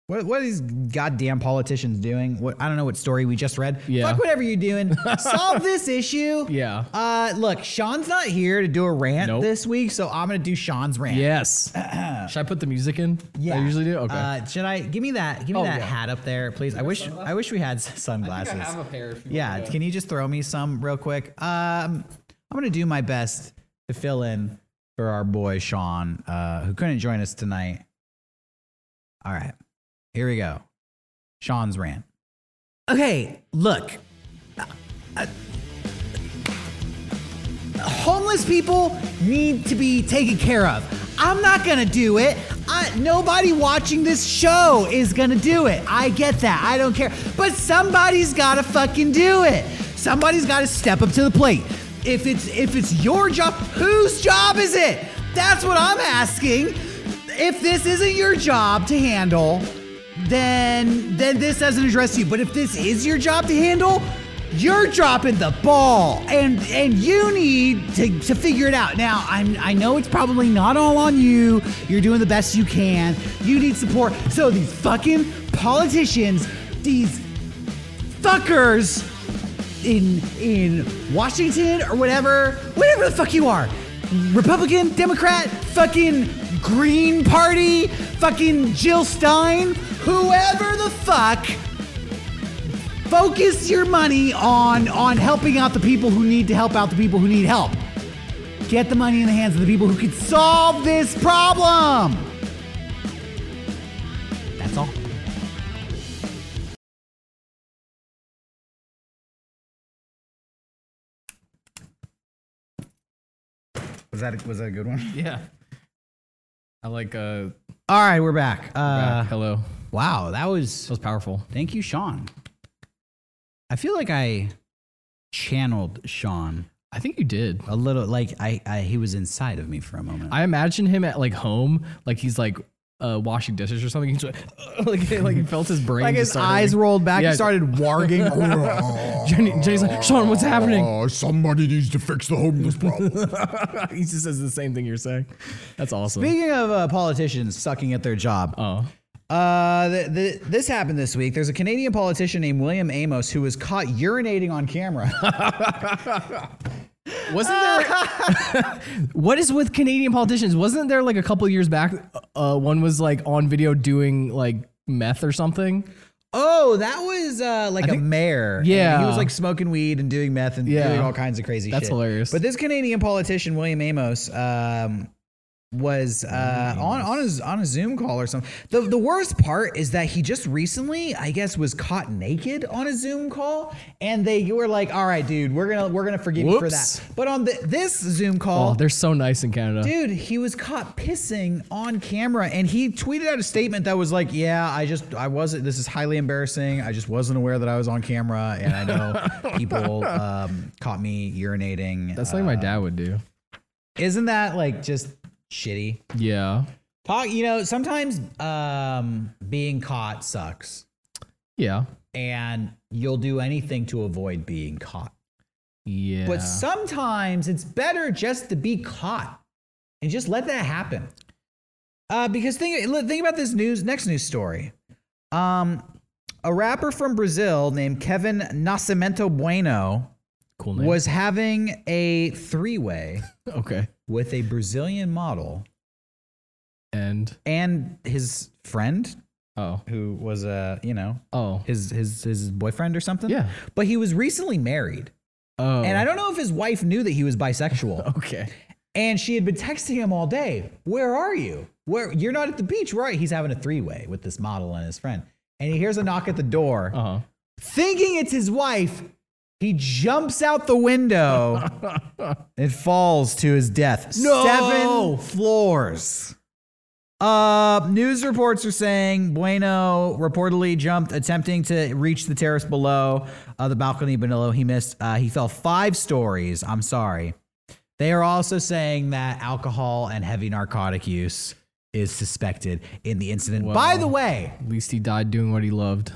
Speaker 3: What, what are these goddamn politicians doing? What I don't know what story we just read.
Speaker 4: Yeah.
Speaker 3: Fuck whatever you're doing. Solve this issue.
Speaker 4: Yeah.
Speaker 3: Uh, look, Sean's not here to do a rant
Speaker 4: Nope.
Speaker 3: this week, so I'm gonna do Sean's rant.
Speaker 4: Yes. Should I put the music in?
Speaker 3: Yeah,
Speaker 4: I usually do. Okay.
Speaker 3: Uh, should I give me that? Give me
Speaker 4: Oh,
Speaker 3: that
Speaker 4: yeah.
Speaker 3: hat up there, please. I wish I wish we had s- sunglasses.
Speaker 4: pair. If you
Speaker 3: yeah, can you just throw me some real quick? Um, I'm gonna do my best to fill in for our boy Sean, uh, who couldn't join us tonight. All right, here we go. Sean's rant. Okay, look. Uh, uh, homeless people need to be taken care of. I'm not gonna do it. I, nobody watching this show is gonna do it. I get that. I don't care. But somebody's gotta fucking do it. Somebody's gotta step up to the plate. If it's if it's your job, whose job is it? That's what I'm asking. If this isn't your job to handle, then then this doesn't address you. But if this is your job to handle, you're dropping the ball, and and you need to, to figure it out. Now I'm I know it's probably not all on you. You're doing the best you can. You need support. So these fucking politicians, these fuckers in in Washington or whatever, whatever the fuck you are. Republican, Democrat, fucking Green Party, fucking Jill Stein, whoever the fuck focus your money on on helping out the people who need to help out the people who need help. Get the money in the hands of the people who can solve this problem. That's all. Was that a, was that a good one?
Speaker 4: Yeah. I like. Uh,
Speaker 3: All right, we're back.
Speaker 4: back.
Speaker 3: Uh,
Speaker 4: hello. That
Speaker 3: wow, that was
Speaker 4: was powerful.
Speaker 3: Thank you, Sean. I feel like I channeled Sean
Speaker 4: I think you did.
Speaker 3: a little. Like I, I he was inside of me for a moment.
Speaker 4: I imagine him at like home, like he's like uh, washing dishes or something. He's like, like, like he felt his brain.
Speaker 3: like
Speaker 4: just
Speaker 3: his
Speaker 4: started,
Speaker 3: eyes rolled back.
Speaker 4: Yeah.
Speaker 3: He started warging.
Speaker 4: Jenny, Jenny's like, Sean, what's happening?
Speaker 1: Uh, somebody needs to fix the homeless problem.
Speaker 4: he just says the same thing you're saying. That's awesome.
Speaker 3: Speaking of uh, politicians sucking at their job,
Speaker 4: oh,
Speaker 3: Uh, the, the, this happened this week. There's a Canadian politician named William Amos who was caught urinating on camera.
Speaker 4: wasn't there? what is with Canadian politicians? Wasn't there like a couple years back? Uh, one was like on video doing like meth or something.
Speaker 3: oh, that was uh, like a mayor. And
Speaker 4: Yeah.
Speaker 3: he was like smoking weed and doing meth and
Speaker 4: Yeah.
Speaker 3: doing all kinds of crazy.
Speaker 4: That's
Speaker 3: shit.
Speaker 4: hilarious.
Speaker 3: But this Canadian politician William Amos, um, was uh, on on a, on a Zoom call or something. The the worst part is that he just recently, I guess, was caught naked on a Zoom call, and they were like, "All right, dude, we're gonna we're gonna forgive you for
Speaker 4: Whoops.
Speaker 3: that." But on the, this Zoom
Speaker 4: Oh,
Speaker 3: call,
Speaker 4: they're so nice in Canada.
Speaker 3: Dude, he was caught pissing on camera and he tweeted out a statement that was like, Yeah, I just, I wasn't, this is highly embarrassing. I just wasn't aware that I was on camera and I know people um, caught me urinating.
Speaker 4: That's
Speaker 3: Uh,
Speaker 4: like my dad would do.
Speaker 3: Isn't that like just shitty?
Speaker 4: Yeah.
Speaker 3: Talk, you know, sometimes um, being caught sucks
Speaker 4: Yeah.
Speaker 3: and you'll do anything to avoid being caught.
Speaker 4: Yeah.
Speaker 3: But sometimes it's better just to be caught and just let that happen. Uh, because think look, think about this news next news story. Um, a rapper from Brazil named Kevin Nascimento Bueno
Speaker 4: cool name.
Speaker 3: was having a three-way
Speaker 4: okay.
Speaker 3: with a Brazilian model
Speaker 4: And
Speaker 3: and his friend,
Speaker 4: oh
Speaker 3: who was a you know
Speaker 4: oh
Speaker 3: his his his boyfriend or something.
Speaker 4: Yeah.
Speaker 3: But he was recently married,
Speaker 4: oh.
Speaker 3: and I don't know if his wife knew that he was bisexual.
Speaker 4: Okay.
Speaker 3: And she had been texting him all day. Where are you? Where you're not at the beach, right? He's having a three-way with this model and his friend. And he hears a knock at the door.
Speaker 4: Uh huh.
Speaker 3: Thinking it's his wife, he jumps out the window and falls to his death.
Speaker 4: No!
Speaker 3: Seven floors. Uh, news reports are saying Bueno reportedly jumped, attempting to reach the terrace below uh, the balcony below. He missed. Uh, he fell five stories. I'm sorry. They are also saying that alcohol and heavy narcotic use is suspected in the incident. By
Speaker 4: Well.
Speaker 3: the way,
Speaker 4: At least he died doing what he loved.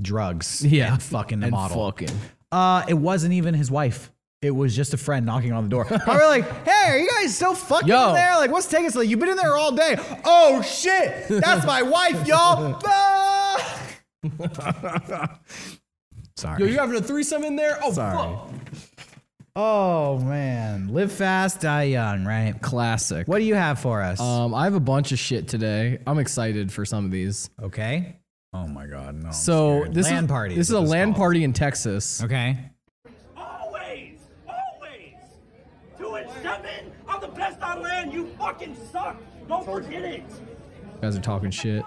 Speaker 3: drugs.
Speaker 4: Yeah.
Speaker 3: and fucking the
Speaker 4: and
Speaker 3: model.
Speaker 4: Fucking.
Speaker 3: Uh, it wasn't even his wife. It was just a friend knocking on the door. Probably like, hey, are you guys still fucking
Speaker 4: Yo.
Speaker 3: in there? Like, what's taking so long? You've been in there all day. Oh shit, that's my wife, y'all. Ah!
Speaker 4: Yo, you having a threesome in there? Oh, fuck.
Speaker 3: Oh man, live fast, die young, right?
Speaker 4: Classic.
Speaker 3: What do you have for us?
Speaker 4: Um, I have a bunch of shit today. I'm excited for some of these.
Speaker 3: okay. Oh my god, no. I'm
Speaker 4: So
Speaker 3: scared.
Speaker 4: this
Speaker 3: land
Speaker 4: is
Speaker 3: party.
Speaker 4: This is a
Speaker 3: what
Speaker 4: land
Speaker 3: called.
Speaker 4: party in Texas.
Speaker 3: Okay.
Speaker 5: always, always to and seven are the best on land. You fucking suck. Don't forget it.
Speaker 4: You guys are talking shit.
Speaker 5: It's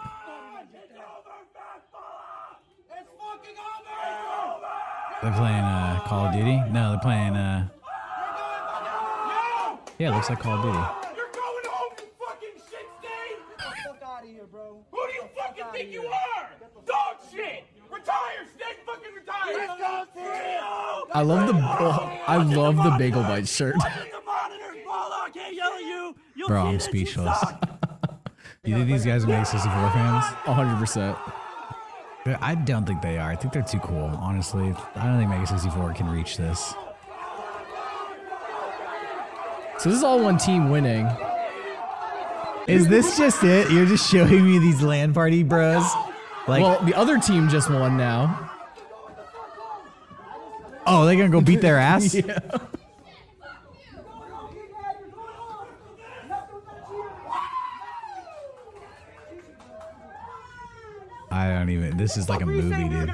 Speaker 5: over, Bethlehem. It's fucking over.
Speaker 6: They're playing uh, Call of Duty. No, they're playing. Uh,
Speaker 5: No.
Speaker 6: yeah, it looks like Call of Duty.
Speaker 5: You're going home, you fucking shit stain. Get the fuck out of here, bro. Who do you fucking think you are? Dog shit. Retire, snake fucking retire. Let's go, Theo.
Speaker 4: I love the I love the bagel bite shirt.
Speaker 5: The monitor, Bolo, I can't yell at you. You'll
Speaker 6: Bro, I'm
Speaker 5: see that you
Speaker 6: speechless.
Speaker 5: suck.
Speaker 6: You think these guys are Nexus of War fans?
Speaker 4: 100%.
Speaker 6: They're- I don't think they are. I think they're too cool, honestly. I don't think Mega 64 can reach this.
Speaker 4: So this is all one team winning.
Speaker 6: Is this just it? You're just showing me these land party bros? Like,
Speaker 4: Well, the other team just won now.
Speaker 6: oh, they're gonna go beat their ass? I don't even. This is like a movie, dude.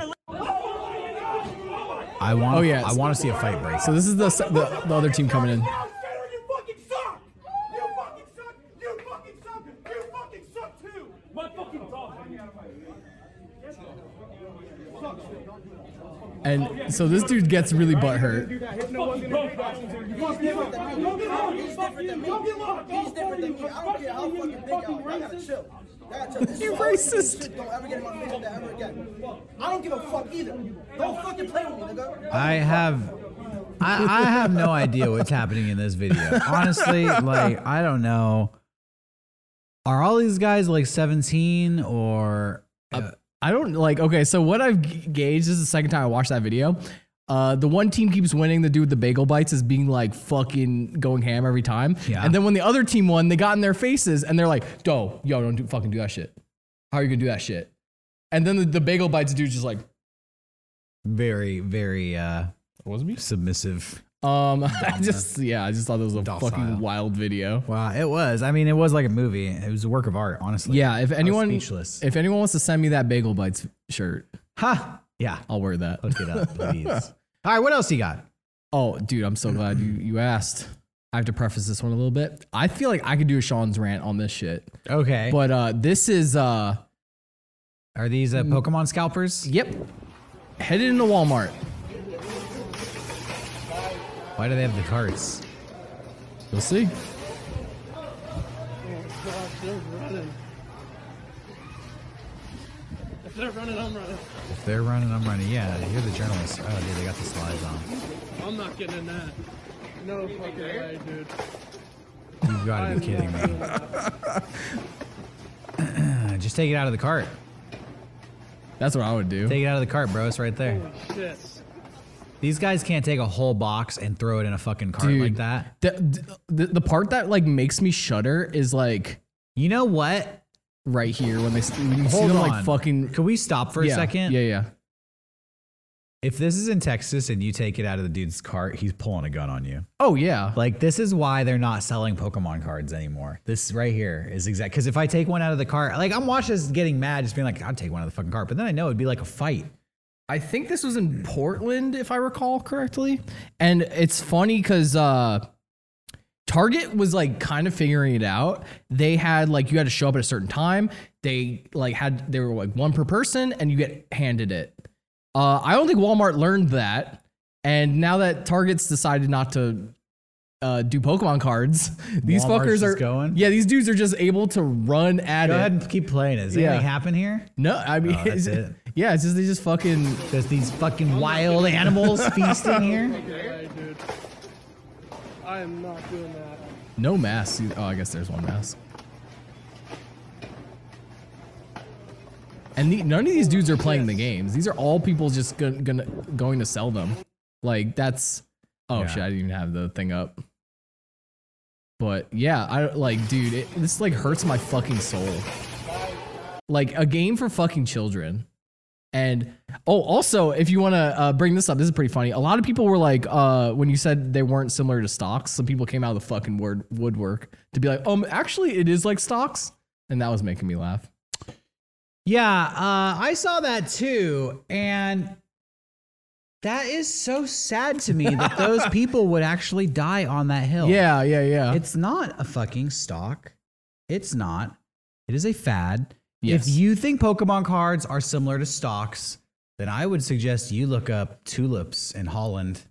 Speaker 6: I want.
Speaker 4: Oh, yeah.
Speaker 6: I want to see a fight break.
Speaker 4: So this is the se- the, the other team coming in.
Speaker 5: Now, Taylor, you fucking suck! You fucking suck! You fucking suck! You fucking suck too! My fucking dog!
Speaker 4: And so this dude gets really butthurt.
Speaker 7: He's different than me. I don't care how fucking big I am. I gotta chill. I gotta chill. This
Speaker 4: You
Speaker 7: is-
Speaker 4: racist.
Speaker 7: Don't ever get in my face with that ever again. I don't give a fuck either. Don't fucking play with me, nigga.
Speaker 3: I have I, I have no idea what's happening in this video. Honestly, like I don't know. Are all these guys like 17 or
Speaker 4: I don't like. Okay, so what I've g- gauged this is the second time I watched that video. Uh, the one team keeps winning. The dude with the bagel bites is being like fucking going ham every time.
Speaker 3: Yeah.
Speaker 4: And then when the other team won, they got in their faces and they're like, "Yo, yo, don't do, fucking do that shit. How are you gonna do that shit?" And then the, the bagel bites dude's just like,
Speaker 3: very very uh
Speaker 4: "Wasn't me."
Speaker 3: submissive?
Speaker 4: Um, I just yeah, I just thought that was a fucking wild video.
Speaker 3: Wow, it was. I mean, it was like a movie. It was a work of art, honestly.
Speaker 4: Yeah, if anyone
Speaker 3: speechless.
Speaker 4: if anyone wants to send me that bagel bites shirt,
Speaker 3: Ha. Yeah.
Speaker 4: I'll wear that.
Speaker 3: Look it up, please. all right, what else you got?
Speaker 4: Oh, dude, I'm so glad you you asked. I have to preface this one a little bit. I feel like I could do a Sean's rant on this shit,
Speaker 3: Okay.
Speaker 4: but uh, this is uh,
Speaker 3: Are these uh,
Speaker 4: Mm.
Speaker 3: Pokemon scalpers?
Speaker 4: yep, headed into Walmart.
Speaker 3: Why do they have the carts?
Speaker 4: You'll see.
Speaker 8: They're running, I'm running.
Speaker 3: If they're running, I'm running. Yeah, you're the journalist. Oh, dude, they got the slides on.
Speaker 8: I'm not getting in that. No fucking way, dude.
Speaker 3: You've got to be kidding me. Just take it out of the cart.
Speaker 4: That's what I would do.
Speaker 3: Take it out of the cart, bro. It's right there.
Speaker 8: Shit.
Speaker 3: These guys can't take a whole box and throw it in a fucking cart like that.
Speaker 4: The, the, the part that like makes me shudder is like
Speaker 3: You know what?
Speaker 4: right here when they s- when you see
Speaker 3: Hold
Speaker 4: them
Speaker 3: on.
Speaker 4: like fucking
Speaker 3: Can we stop for
Speaker 4: yeah,
Speaker 3: a second?
Speaker 4: Yeah, yeah.
Speaker 3: If this is in Texas and you take it out of the dude's cart, he's pulling a gun on you.
Speaker 4: Oh yeah.
Speaker 3: Like this is why they're not selling Pokemon cards anymore. This right here is exact. Because if I take one out of the cart, like I'm watching this getting mad, just being like, I'd take one out of the fucking cart. But then I know it'd be like a fight.
Speaker 4: I think this was in Portland, if I recall correctly. And it's funny because uh, Target was like kind of figuring it out. They had like you had to show up at a certain time. They like had they were like one per person, and you get handed it. Uh, I don't think Walmart learned that, and now that Target's decided not to. Uh, do Pokemon cards? These
Speaker 3: Walmart's
Speaker 4: fuckers
Speaker 3: just
Speaker 4: are
Speaker 3: going?
Speaker 4: Yeah, these dudes are just able to run at
Speaker 3: Go
Speaker 4: it.
Speaker 3: ahead and keep playing. it. Does
Speaker 4: Yeah.
Speaker 3: anything happen here?
Speaker 4: No, I mean,
Speaker 3: Oh, that's it.
Speaker 4: yeah, it's just they just fucking
Speaker 3: There's these fucking wild animals feasting here.
Speaker 8: Fucking way, dude. I am not doing that.
Speaker 4: No mask. Oh, I guess there's one mask. And the, none of these dudes are playing the games. These are all people just gonna, gonna going to sell them. Like that's. Oh
Speaker 3: Yeah.
Speaker 4: shit! I didn't even have the thing up. But yeah, I like, dude. It, this like hurts my fucking soul. Like a game for fucking children. And oh, also, if you want to uh, bring this up, this is pretty funny. A lot of people were like, uh, when you said they weren't similar to stocks, some people came out of the fucking word woodwork to be like, um, actually, it is like stocks, and that was making me laugh.
Speaker 3: Yeah, uh, I saw that too, and that is so sad to me that those people would actually die on that hill.
Speaker 4: Yeah, yeah, yeah.
Speaker 3: It's not a fucking stock. It's not. It is a fad.
Speaker 4: Yes.
Speaker 3: If you think Pokemon cards are similar to stocks, then I would suggest you look up tulips in Holland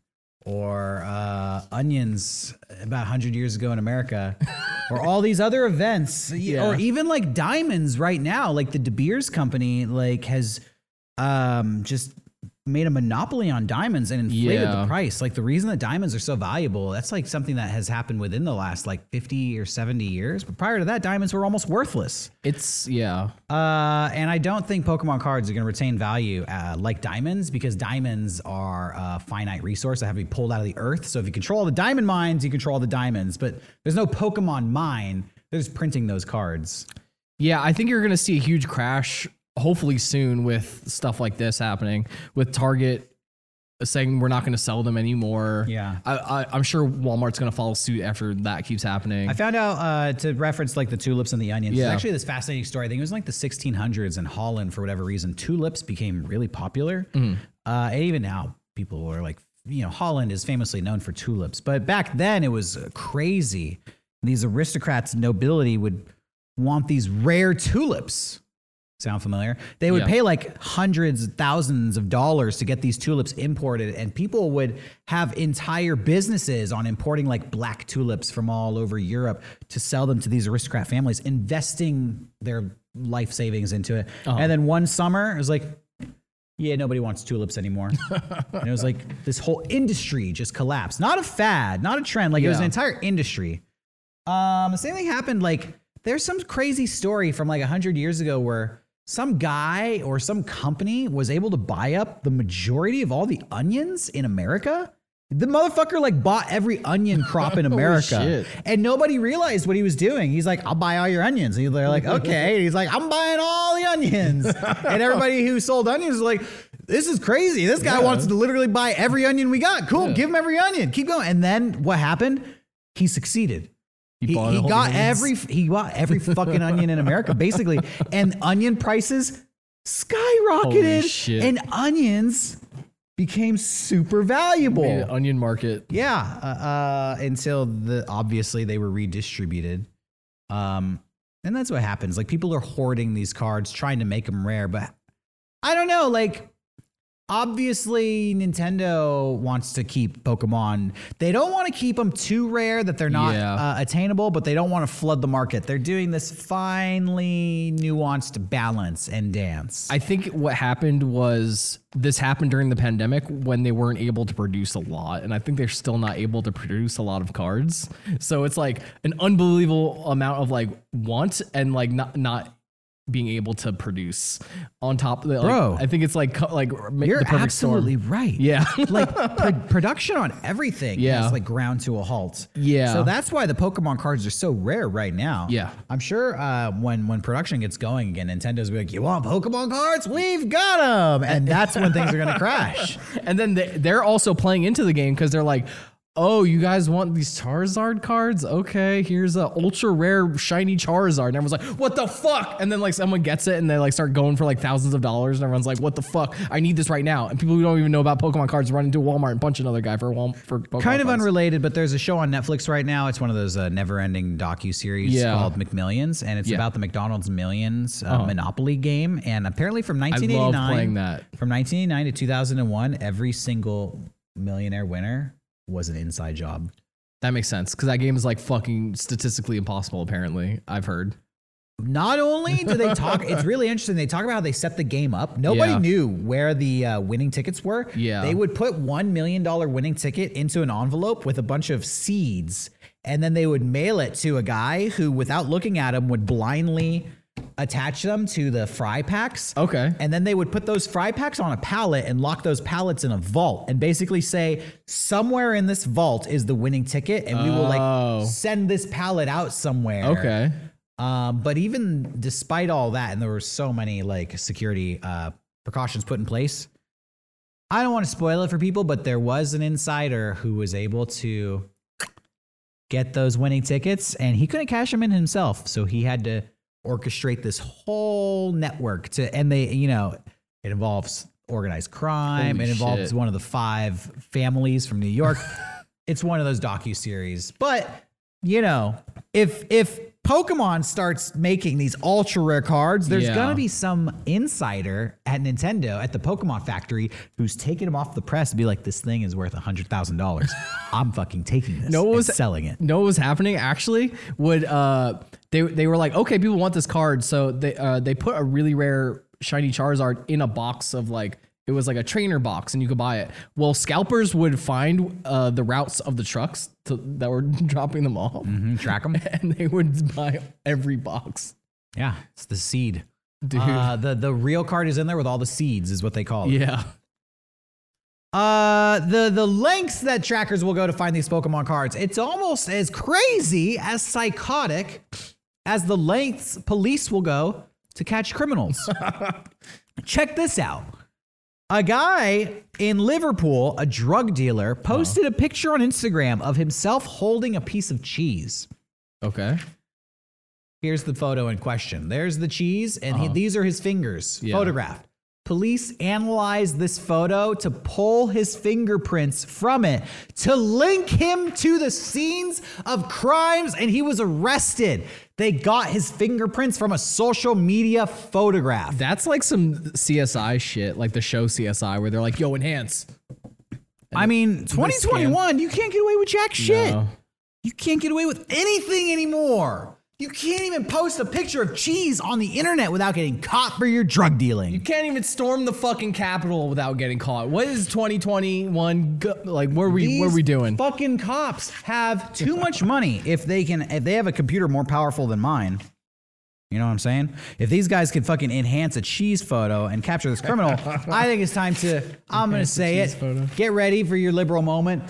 Speaker 3: or uh, onions about 100 years ago in America or all these other events
Speaker 4: Yeah.
Speaker 3: or even like diamonds right now like the De Beers company like has um, just made a monopoly on diamonds and inflated
Speaker 4: Yeah.
Speaker 3: the price. Like the reason that diamonds are so valuable, that's like something that has happened within the last like 50 or 70 years. But prior to that, diamonds were almost worthless.
Speaker 4: it's yeah.
Speaker 3: Uh, and I don't think Pokemon cards are going to retain value uh, like diamonds because diamonds are a finite resource that have to be pulled out of the earth. So if you control all the diamond mines, you control all the diamonds. But there's no Pokemon mine. They're just printing those cards.
Speaker 4: Yeah, I think you're going to see a huge crash hopefully soon with stuff like this happening with Target saying we're not going to sell them anymore.
Speaker 3: Yeah.
Speaker 4: I, I, I'm sure Walmart's going to follow suit after that keeps happening.
Speaker 3: I found out uh, to reference like the tulips and the onions.
Speaker 4: Yeah.
Speaker 3: There's actually this fascinating story. I think it was in, like the 1600s in Holland for whatever reason. Tulips became really popular. Uh, and even now, people are like, you know, Holland is famously known for tulips, but back then it was uh, crazy. These aristocrats, nobility would want these rare tulips. Sound familiar? They would
Speaker 4: Yeah.
Speaker 3: pay like hundreds, thousands of dollars to get these tulips imported, and people would have entire businesses on importing like black tulips from all over Europe to sell them to these aristocrat families, investing their life savings into it. And then one summer, it was like, yeah, nobody wants tulips anymore. and it was like this whole industry just collapsed. Not a fad, not a trend. Like it was an
Speaker 4: Yeah.
Speaker 3: entire industry. Um, the same thing happened. Like there's some crazy story from like hundred years ago where some guy or some company was able to buy up the majority of all the onions in America. The motherfucker like bought every onion crop in America,
Speaker 4: shit.
Speaker 3: and nobody realized what he was doing. He's like, "I'll buy all your onions," and they're like, "Okay." And he's like, "I'm buying all the onions," and everybody who sold onions was like, "This is crazy. This guy wants to literally buy every onion we got. Cool, give him every onion. Keep going." And then what happened? He succeeded. He,
Speaker 4: bought all
Speaker 3: he
Speaker 4: the
Speaker 3: got
Speaker 4: onions.
Speaker 3: every he got every fucking onion in America basically, and onion prices skyrocketed,
Speaker 4: shit.
Speaker 3: and onions became super valuable.
Speaker 4: Yeah, onion market.
Speaker 3: Yeah, uh, uh, until the obviously they were redistributed, um, and that's what happens. Like people are hoarding these cards, trying to make them rare, but I don't know. Like obviously Nintendo wants to keep Pokemon. They don't want to keep them too rare that they're not
Speaker 4: Yeah.
Speaker 3: uh, attainable, but they don't want to flood the market. They're doing this finely nuanced balance and dance.
Speaker 4: I think what happened was this happened during the pandemic when they weren't able to produce a lot, and I think they're still not able to produce a lot of cards. So it's like an unbelievable amount of like want and like not not being able to produce on top. Of the, like,
Speaker 3: Bro.
Speaker 4: I think it's like co- like ma-
Speaker 3: You're
Speaker 4: the perfect
Speaker 3: absolutely
Speaker 4: storm.
Speaker 3: right.
Speaker 4: Yeah.
Speaker 3: like pro- production on everything
Speaker 4: Yeah.
Speaker 3: is like ground to a halt.
Speaker 4: Yeah.
Speaker 3: So that's why the Pokemon cards are so rare right now.
Speaker 4: Yeah.
Speaker 3: I'm sure uh, when when production gets going again, Nintendo's be like, "You want Pokemon cards? We've got them!" And that's when things are gonna crash.
Speaker 4: And then they, they're also playing into the game because they're like. Oh, you guys want these Charizard cards? Okay, here's a ultra rare shiny Charizard. And everyone's like, what the fuck? And then like someone gets it and they like start going for like thousands of dollars and everyone's like, what the fuck? I need this right now. And people who don't even know about Pokemon cards run into Walmart and punch another guy for Walmart for Pokemon
Speaker 3: kind of
Speaker 4: cards.
Speaker 3: unrelated, but there's a show on Netflix right now. It's one of those uh, never-ending docu-series
Speaker 4: Yeah.
Speaker 3: called McMillions, and it's
Speaker 4: Yeah. Uh-huh.
Speaker 3: about the McDonald's Millions uh, Monopoly game. And apparently, from
Speaker 4: I love
Speaker 3: 1989,
Speaker 4: playing that.
Speaker 3: from 1989 to 2001, every single millionaire winner was an inside job.
Speaker 4: That makes sense because that game is like fucking statistically impossible. Apparently, I've heard.
Speaker 3: Not only do they talk, it's really interesting. They talk about how they set the game up. Nobody
Speaker 4: Yeah.
Speaker 3: knew where the uh, winning tickets were.
Speaker 4: Yeah.
Speaker 3: They would put $1 million winning ticket into an envelope with a bunch of seeds, and then they would mail it to a guy who, without looking at him, would blindly attach them to the fry packs.
Speaker 4: Okay.
Speaker 3: And then they would put those fry packs on a pallet and lock those pallets in a vault and basically say, somewhere in this vault is the winning ticket, and we will
Speaker 4: Oh.
Speaker 3: like send this pallet out somewhere.
Speaker 4: Okay.
Speaker 3: Um, but even despite all that, and there were so many like security uh, precautions put in place, I don't want to spoil it for people, but there was an insider who was able to get those winning tickets, and he couldn't cash them in himself, so he had to orchestrate this whole network to, and they, you know, it involves organized crime,
Speaker 4: Holy
Speaker 3: it involves
Speaker 4: shit.
Speaker 3: one of the five families from New York. it's one of those docu series, but you know, if if Pokemon starts making these ultra rare cards, there's
Speaker 4: Yeah.
Speaker 3: gonna be some insider at Nintendo at the Pokemon factory who's taking them off the press and be like, "This thing is worth hundred thousand dollars. I'm fucking taking this.
Speaker 4: No,
Speaker 3: No
Speaker 4: what
Speaker 3: one's
Speaker 4: was-
Speaker 3: selling it."
Speaker 4: know what was happening actually would uh they they were like okay people want this card so they uh they put a really rare shiny charizard in a box of like it was like a trainer box and you could buy it well scalpers would find uh the routes of the trucks to, that were dropping them off
Speaker 3: Mm-hmm. Track them.
Speaker 4: and they would buy every box
Speaker 3: Yeah, it's the seed.
Speaker 4: dude
Speaker 3: Uh, the the real card is in there with all the seeds, is what they call it.
Speaker 4: yeah
Speaker 3: Uh, the the lengths that trackers will go to find these Pokemon cards. It's almost as crazy as psychotic as the lengths police will go to catch criminals. Check this out. A guy in Liverpool, a drug dealer, posted a picture on Instagram of himself holding a piece of cheese.
Speaker 4: okay
Speaker 3: Here's the photo in question. There's the cheese, and he, these are his fingers
Speaker 4: Uh-huh. Yeah.
Speaker 3: photographed. Police analyzed this photo to pull his fingerprints from it to link him to the scenes of crimes, and he was arrested. They got his fingerprints from a social media photograph.
Speaker 4: that's like some csi shit like the show csi where they're like yo enhance
Speaker 3: I mean, 2021, you can't get away with jack shit.
Speaker 4: No.
Speaker 3: You can't get away with anything anymore. You can't even post a picture of cheese on the internet without getting caught for your drug dealing.
Speaker 4: You can't even storm the fucking Capitol without getting caught. What is 2021? Go- like, what are we? what are
Speaker 3: These
Speaker 4: we doing?
Speaker 3: Fucking cops have too much money if they can if they have a computer more powerful than mine. You know what I'm saying? If these guys can fucking enhance a cheese photo and capture this criminal, I think it's time to I'm going to say it. Get ready for your liberal moment.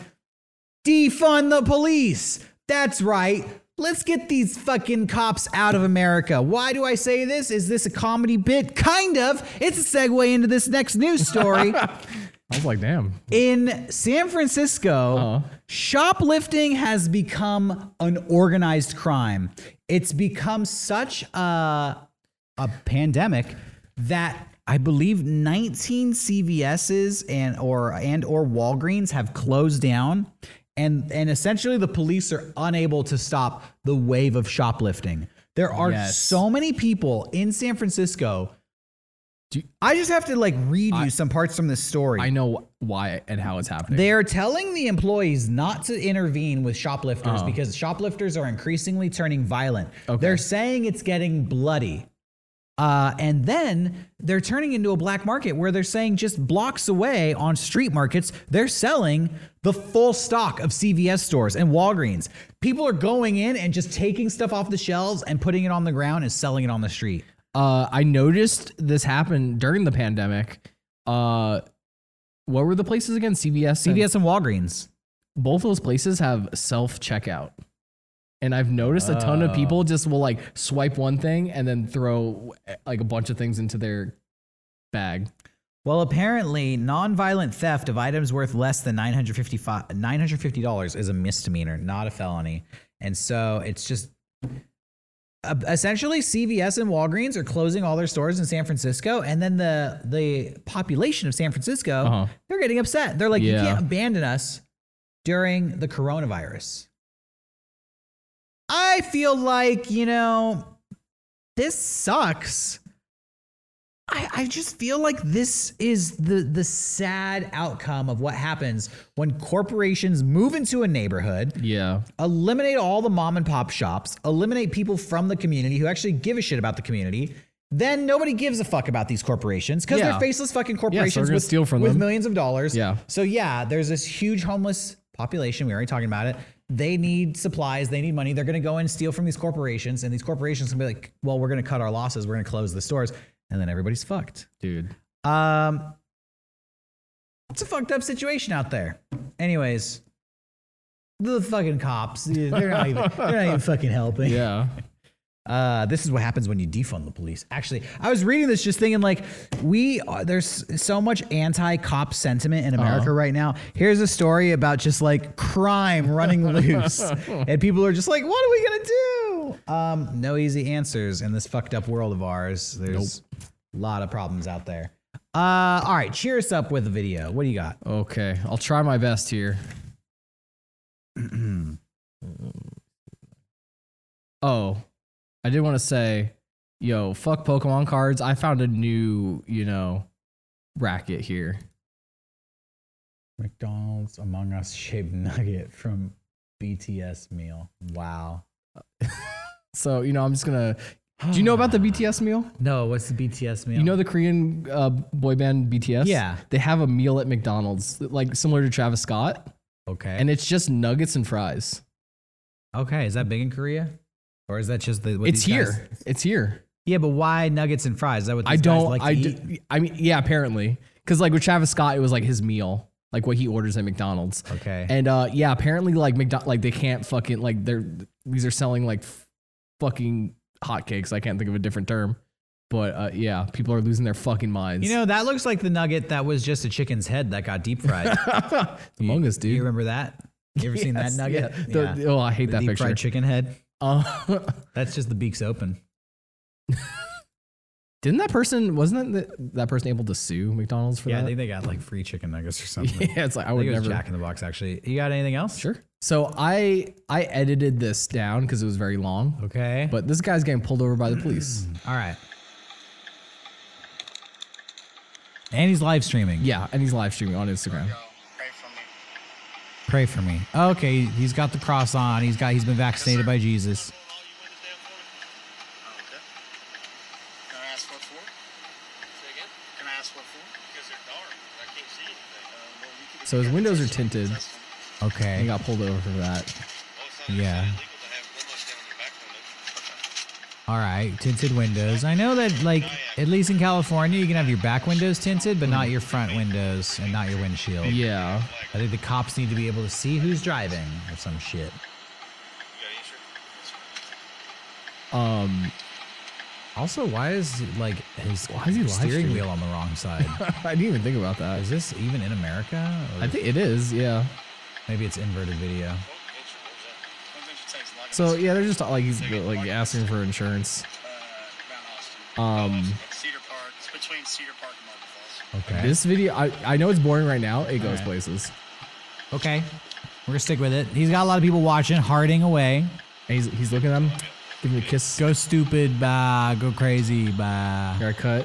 Speaker 3: Defund the police. That's right. Let's get these fucking cops out of America. Why do I say this? Is this a comedy bit? Kind of. It's a segue into this next news story.
Speaker 4: I was like, damn.
Speaker 3: In San Francisco,
Speaker 4: Uh-huh.
Speaker 3: shoplifting has become an organized crime. It's become such a a pandemic that I believe 19 CVS's and or and or Walgreens have closed down and and essentially the police are unable to stop the wave of shoplifting. There are
Speaker 4: Yes.
Speaker 3: so many people in San Francisco.
Speaker 4: Do-
Speaker 3: I just have to like read you some parts from this story.
Speaker 4: I know wh- why and how it's happening.
Speaker 3: They're telling the employees not to intervene with shoplifters because shoplifters are increasingly turning violent.
Speaker 4: Okay.
Speaker 3: They're saying it's getting bloody. Uh, and then they're turning into a black market where they're saying just blocks away on street markets, they're selling the full stock of CVS stores and Walgreens. People are going in and just taking stuff off the shelves and putting it on the ground and selling it on the street.
Speaker 4: uh, I noticed this happen during the pandemic. Uh, what were the places again? CVS. and-
Speaker 3: CVS and Walgreens.
Speaker 4: both those places have self checkout. And I've noticed a ton of people just will like swipe one thing and then throw eh, like a bunch of things into their bag.
Speaker 3: Well, apparently, nonviolent theft of items worth less than $955 $950 is a misdemeanor, not a felony. And so it's just uh, essentially CVS and Walgreens are closing all their stores in San Francisco. And then the, the population of San Francisco,
Speaker 4: Uh-huh.
Speaker 3: they're getting upset. They're like,
Speaker 4: Yeah.
Speaker 3: you can't abandon us during the coronavirus. I feel like, you know, this sucks. I, I just feel like this is the the sad outcome of what happens when corporations move into a neighborhood,
Speaker 4: Yeah.
Speaker 3: eliminate all the mom and pop shops, eliminate people from the community who actually give a shit about the community. Then nobody gives a fuck about these corporations because
Speaker 4: Yeah.
Speaker 3: they're faceless fucking
Speaker 4: they're
Speaker 3: corporations
Speaker 4: gonna
Speaker 3: with,
Speaker 4: steal from
Speaker 3: with
Speaker 4: them.
Speaker 3: millions of dollars.
Speaker 4: Yeah.
Speaker 3: So yeah, there's this huge homeless population. We were already talking about it. They need supplies. They need money. They're going to go and steal from these corporations, and these corporations can be like, "Well, we're going to cut our losses. We're going to close the stores," and then everybody's fucked.
Speaker 4: Dude.
Speaker 3: Um, it's a fucked up situation out there. Anyways, the fucking cops, dude, they're not even, they're not even fucking helping.
Speaker 4: Yeah.
Speaker 3: Uh, this is what happens when you defund the police. Actually, I was reading this just thinking like we are, there's so much anti-cop sentiment in America right now. Here's a story about just like crime running loose, and people are just like, "What are we gonna do?" Um, no easy answers in this fucked up world of ours. There's a lot of problems out there. Uh, all right, cheer us up with a video. What do you got?
Speaker 4: Okay. I'll try my best here. oh, I did want to say, yo, fuck Pokemon cards. I found a new, you know, racket here.
Speaker 3: McDonald's Among Us shaped nugget from BTS meal. Wow.
Speaker 4: So, you know, I'm just going to. Do you know about the BTS meal?
Speaker 3: No, what's the BTS meal?
Speaker 4: You know the Korean uh, boy band BTS?
Speaker 3: Yeah.
Speaker 4: They have a meal at McDonald's, like similar to Travis Scott,
Speaker 3: okay.
Speaker 4: and it's just nuggets and fries.
Speaker 3: Okay, is that big in Korea, or is that just the? what
Speaker 4: It's
Speaker 3: these
Speaker 4: here.
Speaker 3: guys-
Speaker 4: It's here.
Speaker 3: Yeah, but why nuggets and fries? Is that what these
Speaker 4: I don't.
Speaker 3: Guys like to
Speaker 4: I.
Speaker 3: eat?
Speaker 4: d- I mean, yeah, apparently, because like with Travis Scott, it was like his meal, like what he orders at McDonald's.
Speaker 3: Okay.
Speaker 4: And uh, yeah, apparently, like McDonald, like they can't fucking like they're these are selling like f- fucking hotcakes. I can't think of a different term, but uh, yeah, people are losing their fucking minds.
Speaker 3: you know that looks like the nugget that was just a chicken's head that got deep fried.
Speaker 4: it's Among Us, dude.
Speaker 3: you remember that? You ever seen that
Speaker 4: Yes,
Speaker 3: nugget?
Speaker 4: yeah. The- oh, I hate
Speaker 3: The
Speaker 4: that
Speaker 3: deep
Speaker 4: picture.
Speaker 3: fried chicken head.
Speaker 4: Uh,
Speaker 3: That's just the beaks open.
Speaker 4: Didn't that person wasn't that that- that person able to sue McDonald's for
Speaker 3: Yeah, I
Speaker 4: that?
Speaker 3: think they got like free chicken nuggets or something.
Speaker 4: yeah, it's like I
Speaker 3: I
Speaker 4: would
Speaker 3: think it was
Speaker 4: never.
Speaker 3: Jack in the Box. Actually, you got anything else?
Speaker 4: Sure. So I I edited this down because it was very long.
Speaker 3: Okay.
Speaker 4: But this guy's getting pulled over by the police.
Speaker 3: all right. And he's live streaming.
Speaker 4: yeah, and he's live streaming on Instagram.
Speaker 3: Pray for me. Okay, he's got the cross on. He's got. He's been vaccinated by Jesus.
Speaker 8: Can I ask what for? Say again? Can I ask what for? Because they're dark. I can't see anything.
Speaker 4: So his windows are tinted.
Speaker 3: Okay.
Speaker 4: And got pulled over for that.
Speaker 3: Yeah. All right, tinted windows. I know that, like, at least in California, you can have your back windows tinted, but not your front windows and not your windshield.
Speaker 4: Yeah.
Speaker 3: I think the cops need to be able to see who's driving or some shit.
Speaker 4: Um.
Speaker 3: Also, why is like his
Speaker 4: Why is he live
Speaker 3: steering
Speaker 4: streaming?
Speaker 3: wheel on the wrong side?
Speaker 4: I didn't even think about that.
Speaker 3: is this even in America? Or
Speaker 4: I think it is. Yeah.
Speaker 3: maybe it's inverted video.
Speaker 4: So yeah, they're just like he's like asking for insurance. Um.
Speaker 8: Cedar Park. It's between Cedar Park and Marble Falls.
Speaker 3: Okay.
Speaker 4: This video, I, I know it's boring right now. It goes places.
Speaker 3: Okay. We're gonna stick with it. He's got a lot of people watching. Harding away.
Speaker 4: And he's, he's looking at him, giving him a kiss.
Speaker 3: Go stupid, bah. Go crazy, bah.
Speaker 4: Haircut.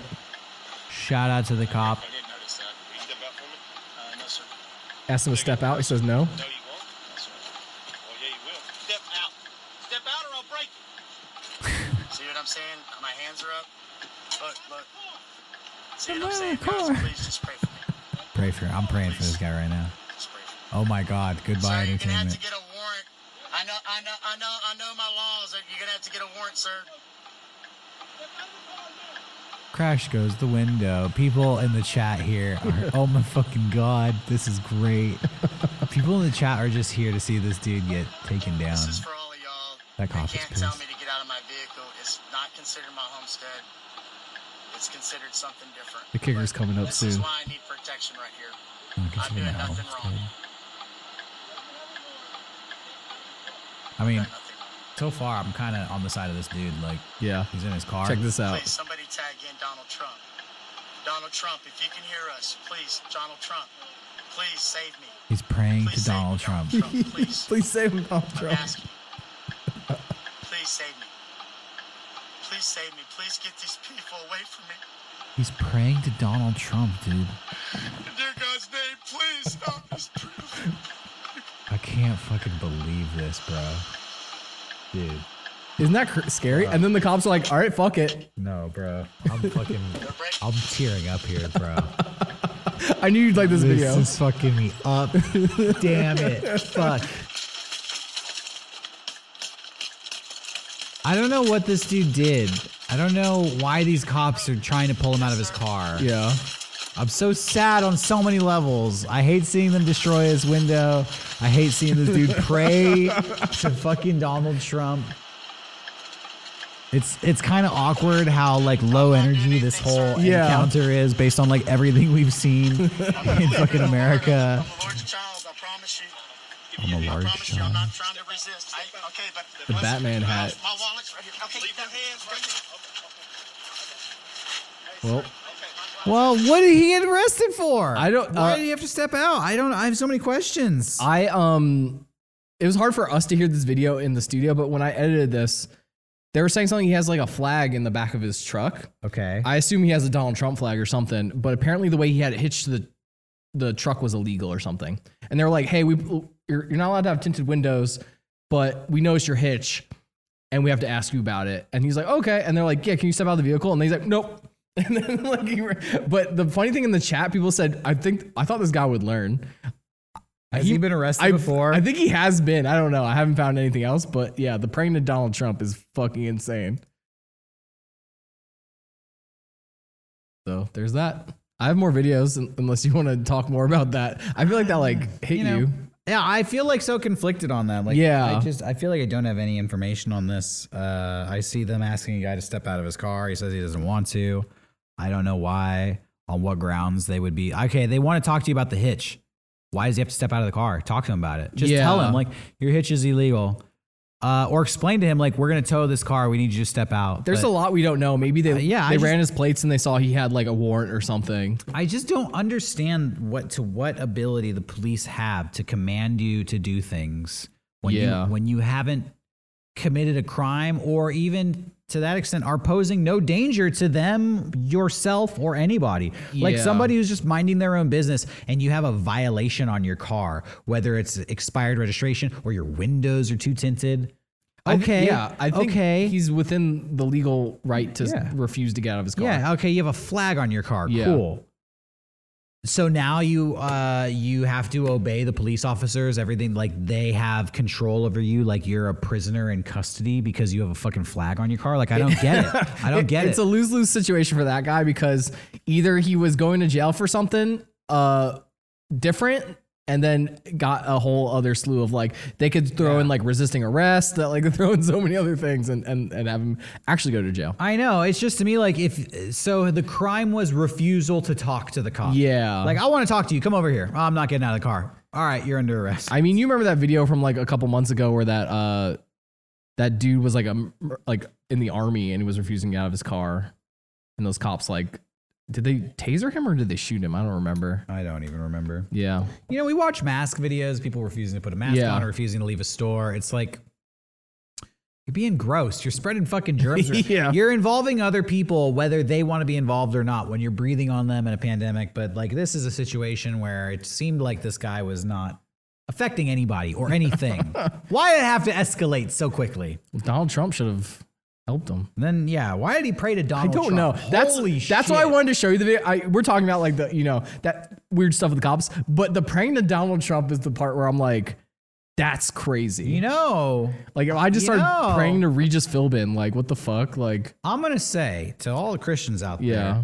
Speaker 3: Shout out to the cop.
Speaker 8: I didn't notice that. Will you step out for me? Uh, no, sir.
Speaker 4: Asked him to step out. He says no.
Speaker 8: No, you won't. No, sir. Well, yeah, you will. Step out. Step out or I'll break you. See what I'm saying? My hands are up. Look, look. See what I'm saying? Guys, please just pray for me.
Speaker 3: Pray for. I'm praying for this guy right now.
Speaker 8: Just pray for me.
Speaker 3: Oh my God. Goodbye,
Speaker 8: Sir, you're gonna have
Speaker 3: entertainment.
Speaker 8: to get a warrant. I know, I know, I know, I know my laws. You're gonna have to get a warrant, sir.
Speaker 3: Crash goes the window. People in the chat here are, oh my fucking god, this is great. People in the chat are just here to see this dude get taken down.
Speaker 8: This is for all of y'all.
Speaker 3: That cop
Speaker 8: they
Speaker 3: is
Speaker 8: can't tell
Speaker 3: pissed.
Speaker 8: me to get out of my vehicle. It's not considered my homestead. It's considered something different.
Speaker 4: The kicker's coming up
Speaker 8: This is
Speaker 4: soon.
Speaker 8: why I need protection right here.
Speaker 3: It's
Speaker 8: I'm doing
Speaker 3: been
Speaker 8: nothing
Speaker 3: hours,
Speaker 8: wrong.
Speaker 3: dude. I mean,
Speaker 8: Nothing wrong.
Speaker 3: so far I'm kind of on the side of this dude. Like,
Speaker 4: Yeah.
Speaker 3: he's in his car.
Speaker 4: Check this
Speaker 8: Please,
Speaker 4: out.
Speaker 8: somebody tag in Donald Trump. Donald Trump, if you can hear us, please, Donald Trump, please save me.
Speaker 3: He's praying
Speaker 8: Please
Speaker 3: to
Speaker 8: save me,
Speaker 3: Donald Trump.
Speaker 8: Trump. Please.
Speaker 4: Please save him, Donald
Speaker 8: I'm
Speaker 4: Trump.
Speaker 8: asking. Please save me. Please save me. Please get these people away from me.
Speaker 3: He's praying to Donald Trump, dude.
Speaker 8: In dear God's name, please stop this truth.
Speaker 3: I can't fucking believe this, bro. Dude,
Speaker 4: Isn't that cr- scary? And then the cops are like, all right, fuck it.
Speaker 3: no, bro. I'm fucking. I'm tearing up here, bro.
Speaker 4: I knew you'd like this,
Speaker 3: This
Speaker 4: video.
Speaker 3: is fucking me up. Damn it. Fuck. I don't know what this dude did. I don't know why these cops are trying to pull him out of his car.
Speaker 4: yeah.
Speaker 3: I'm so sad on so many levels. I hate seeing them destroy his window. I hate seeing this dude pray to fucking Donald Trump. It's it's kind of awkward how like low energy this whole
Speaker 4: Yeah.
Speaker 3: encounter is based on like everything we've seen in fucking America.
Speaker 8: I'm a large child, I promise you.
Speaker 3: I'm a large
Speaker 8: I promise you, I'm
Speaker 3: child.
Speaker 8: not trying to resist. I, okay, but
Speaker 4: The Batman hat.
Speaker 8: My wallet's right here. Okay, leave your hands right here.
Speaker 4: Well,
Speaker 3: Well, what did he get arrested for?
Speaker 4: I don't-
Speaker 3: Why
Speaker 4: uh,
Speaker 3: did he have to step out? I don't. I have so many questions.
Speaker 4: I um it was hard for us to hear this video in the studio, but when I edited this, they were saying something he has like a flag in the back of his truck.
Speaker 3: okay.
Speaker 4: I assume he has a Donald Trump flag or something, but apparently the way he had it hitched to the the truck was illegal or something. And they were like, "Hey, we you're, you're not allowed to have tinted windows, but we noticed your hitch and we have to ask you about it." And he's like, "Okay." And they're like, "Yeah, can you step out of the vehicle?" And he's like, "Nope." And then like, he re- but the funny thing in the chat, people said, "I think I thought this guy would learn."
Speaker 3: Has he, been arrested
Speaker 4: I,
Speaker 3: before?
Speaker 4: I think he has been. I don't know. I haven't found anything else, but yeah, the praying to Donald Trump is fucking insane. So there's that. I have more videos un- unless you want to talk more about that. I feel like that like hit Uh, you.
Speaker 3: Yeah, I feel like so conflicted on that. Like,
Speaker 4: Yeah.
Speaker 3: I just I feel like I don't have any information on this. Uh, I see them asking a guy to step out of his car. He says he doesn't want to. I don't know why. On what grounds they would be okay? They want to talk to you about the hitch. Why does he have to step out of the car? Talk to him about it. Just tell
Speaker 4: Yeah.
Speaker 3: him like your hitch is illegal, uh, or explain to him like we're gonna tow this car. We need you to step out.
Speaker 4: There's
Speaker 3: But
Speaker 4: a lot we don't know. Maybe they
Speaker 3: yeah, I
Speaker 4: they
Speaker 3: just-
Speaker 4: ran his plates and they saw he had like a warrant or something.
Speaker 3: I just don't understand what to what ability the police have to command you to do things when
Speaker 4: Yeah.
Speaker 3: you when you haven't committed a crime or even to that extent are posing no danger to them, yourself, or anybody. Like
Speaker 4: Yeah.
Speaker 3: somebody who's just minding their own business and you have a violation on your car, whether it's expired registration or your windows are too tinted.
Speaker 4: I thi-
Speaker 3: Okay.
Speaker 4: yeah, I think
Speaker 3: okay.
Speaker 4: he's within the legal right to s-
Speaker 3: Yeah.
Speaker 4: refuse to get out of his car.
Speaker 3: Yeah. Okay. You have a flag on your car.
Speaker 4: Yeah.
Speaker 3: Cool. So now you uh, you have to obey the police officers. Everything like they have control over you. Like you're a prisoner in custody because you have a fucking flag on your car. Like I don't get it. I don't get
Speaker 4: it's
Speaker 3: it.
Speaker 4: a lose lose situation for that guy because either he was going to jail for something uh different and then got a whole other slew of like they could throw in like resisting arrest that like they throw in so many other things and and, and have him actually go to jail.
Speaker 3: I know. It's just to me like if so the crime was refusal to talk to the cop.
Speaker 4: Yeah.
Speaker 3: Like I want to talk to you. Come over here. "Oh, I'm not getting out of the car. All right, you're under arrest.
Speaker 4: I mean, you remember that video from like a couple months ago where that uh that dude was like a like in the army and he was refusing to get out of his car and those cops like Did they taser him or did they shoot him? I don't remember.
Speaker 3: I don't even remember.
Speaker 4: Yeah.
Speaker 3: You know, we watch mask videos, people refusing to put a mask
Speaker 4: Yeah.
Speaker 3: on or refusing to leave a store. It's like you're being gross. You're spreading fucking germs.
Speaker 4: Yeah.
Speaker 3: You're involving other people, whether they want to be involved or not, when you're breathing on them in a pandemic. But like this is a situation where it seemed like this guy was not affecting anybody or anything. why did it have to escalate so quickly?
Speaker 4: Well, Donald Trump should have helped him.
Speaker 3: And then yeah, why did he pray to
Speaker 4: I
Speaker 3: Donald?
Speaker 4: don't know.
Speaker 3: Trump?
Speaker 4: That's
Speaker 3: Holy
Speaker 4: that's why I
Speaker 3: shit.
Speaker 4: wanted to show you the video. I, we're talking about like the you know that weird stuff with the cops, but the praying to Donald Trump is the part where I'm like, that's crazy.
Speaker 3: You know,
Speaker 4: like if I just
Speaker 3: you
Speaker 4: started
Speaker 3: know.
Speaker 4: praying to Regis Philbin, like what the fuck, like
Speaker 3: I'm gonna say to all the Christians out there.
Speaker 4: yeah,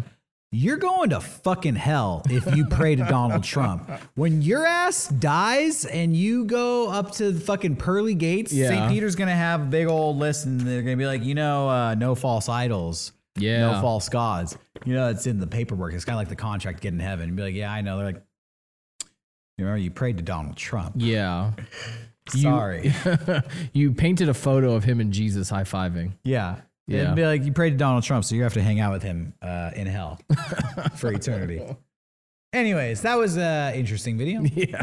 Speaker 3: You're going to fucking hell if you pray to Donald Trump. When your ass dies and you go up to the fucking pearly gates,
Speaker 4: Yeah.
Speaker 3: St. Peter's going to have a big old list and they're going to be like, you know, uh, no false idols,
Speaker 4: Yeah.
Speaker 3: no false gods. You know, it's in the paperwork. It's kind of like the contract to get in heaven. And be like, yeah, I know. They're like, you remember you prayed to Donald Trump.
Speaker 4: yeah.
Speaker 3: Sorry.
Speaker 4: you painted a photo of him and Jesus high fiving.
Speaker 3: Yeah.
Speaker 4: Yeah.
Speaker 3: It'd be like, you prayed to Donald Trump, so you have to hang out with him uh, in hell for eternity. Anyways, that was an interesting video.
Speaker 4: Yeah.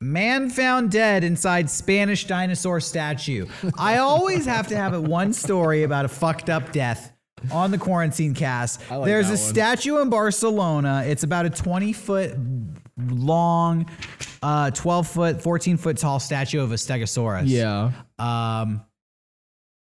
Speaker 3: Man found dead inside Spanish dinosaur statue. I always have to have it one story about a fucked up death on the quarantine cast.
Speaker 4: like
Speaker 3: There's a
Speaker 4: that one.
Speaker 3: statue in Barcelona. It's about a 20 foot long, uh, 12 foot, 14 foot tall statue of a stegosaurus.
Speaker 4: Yeah.
Speaker 3: Um,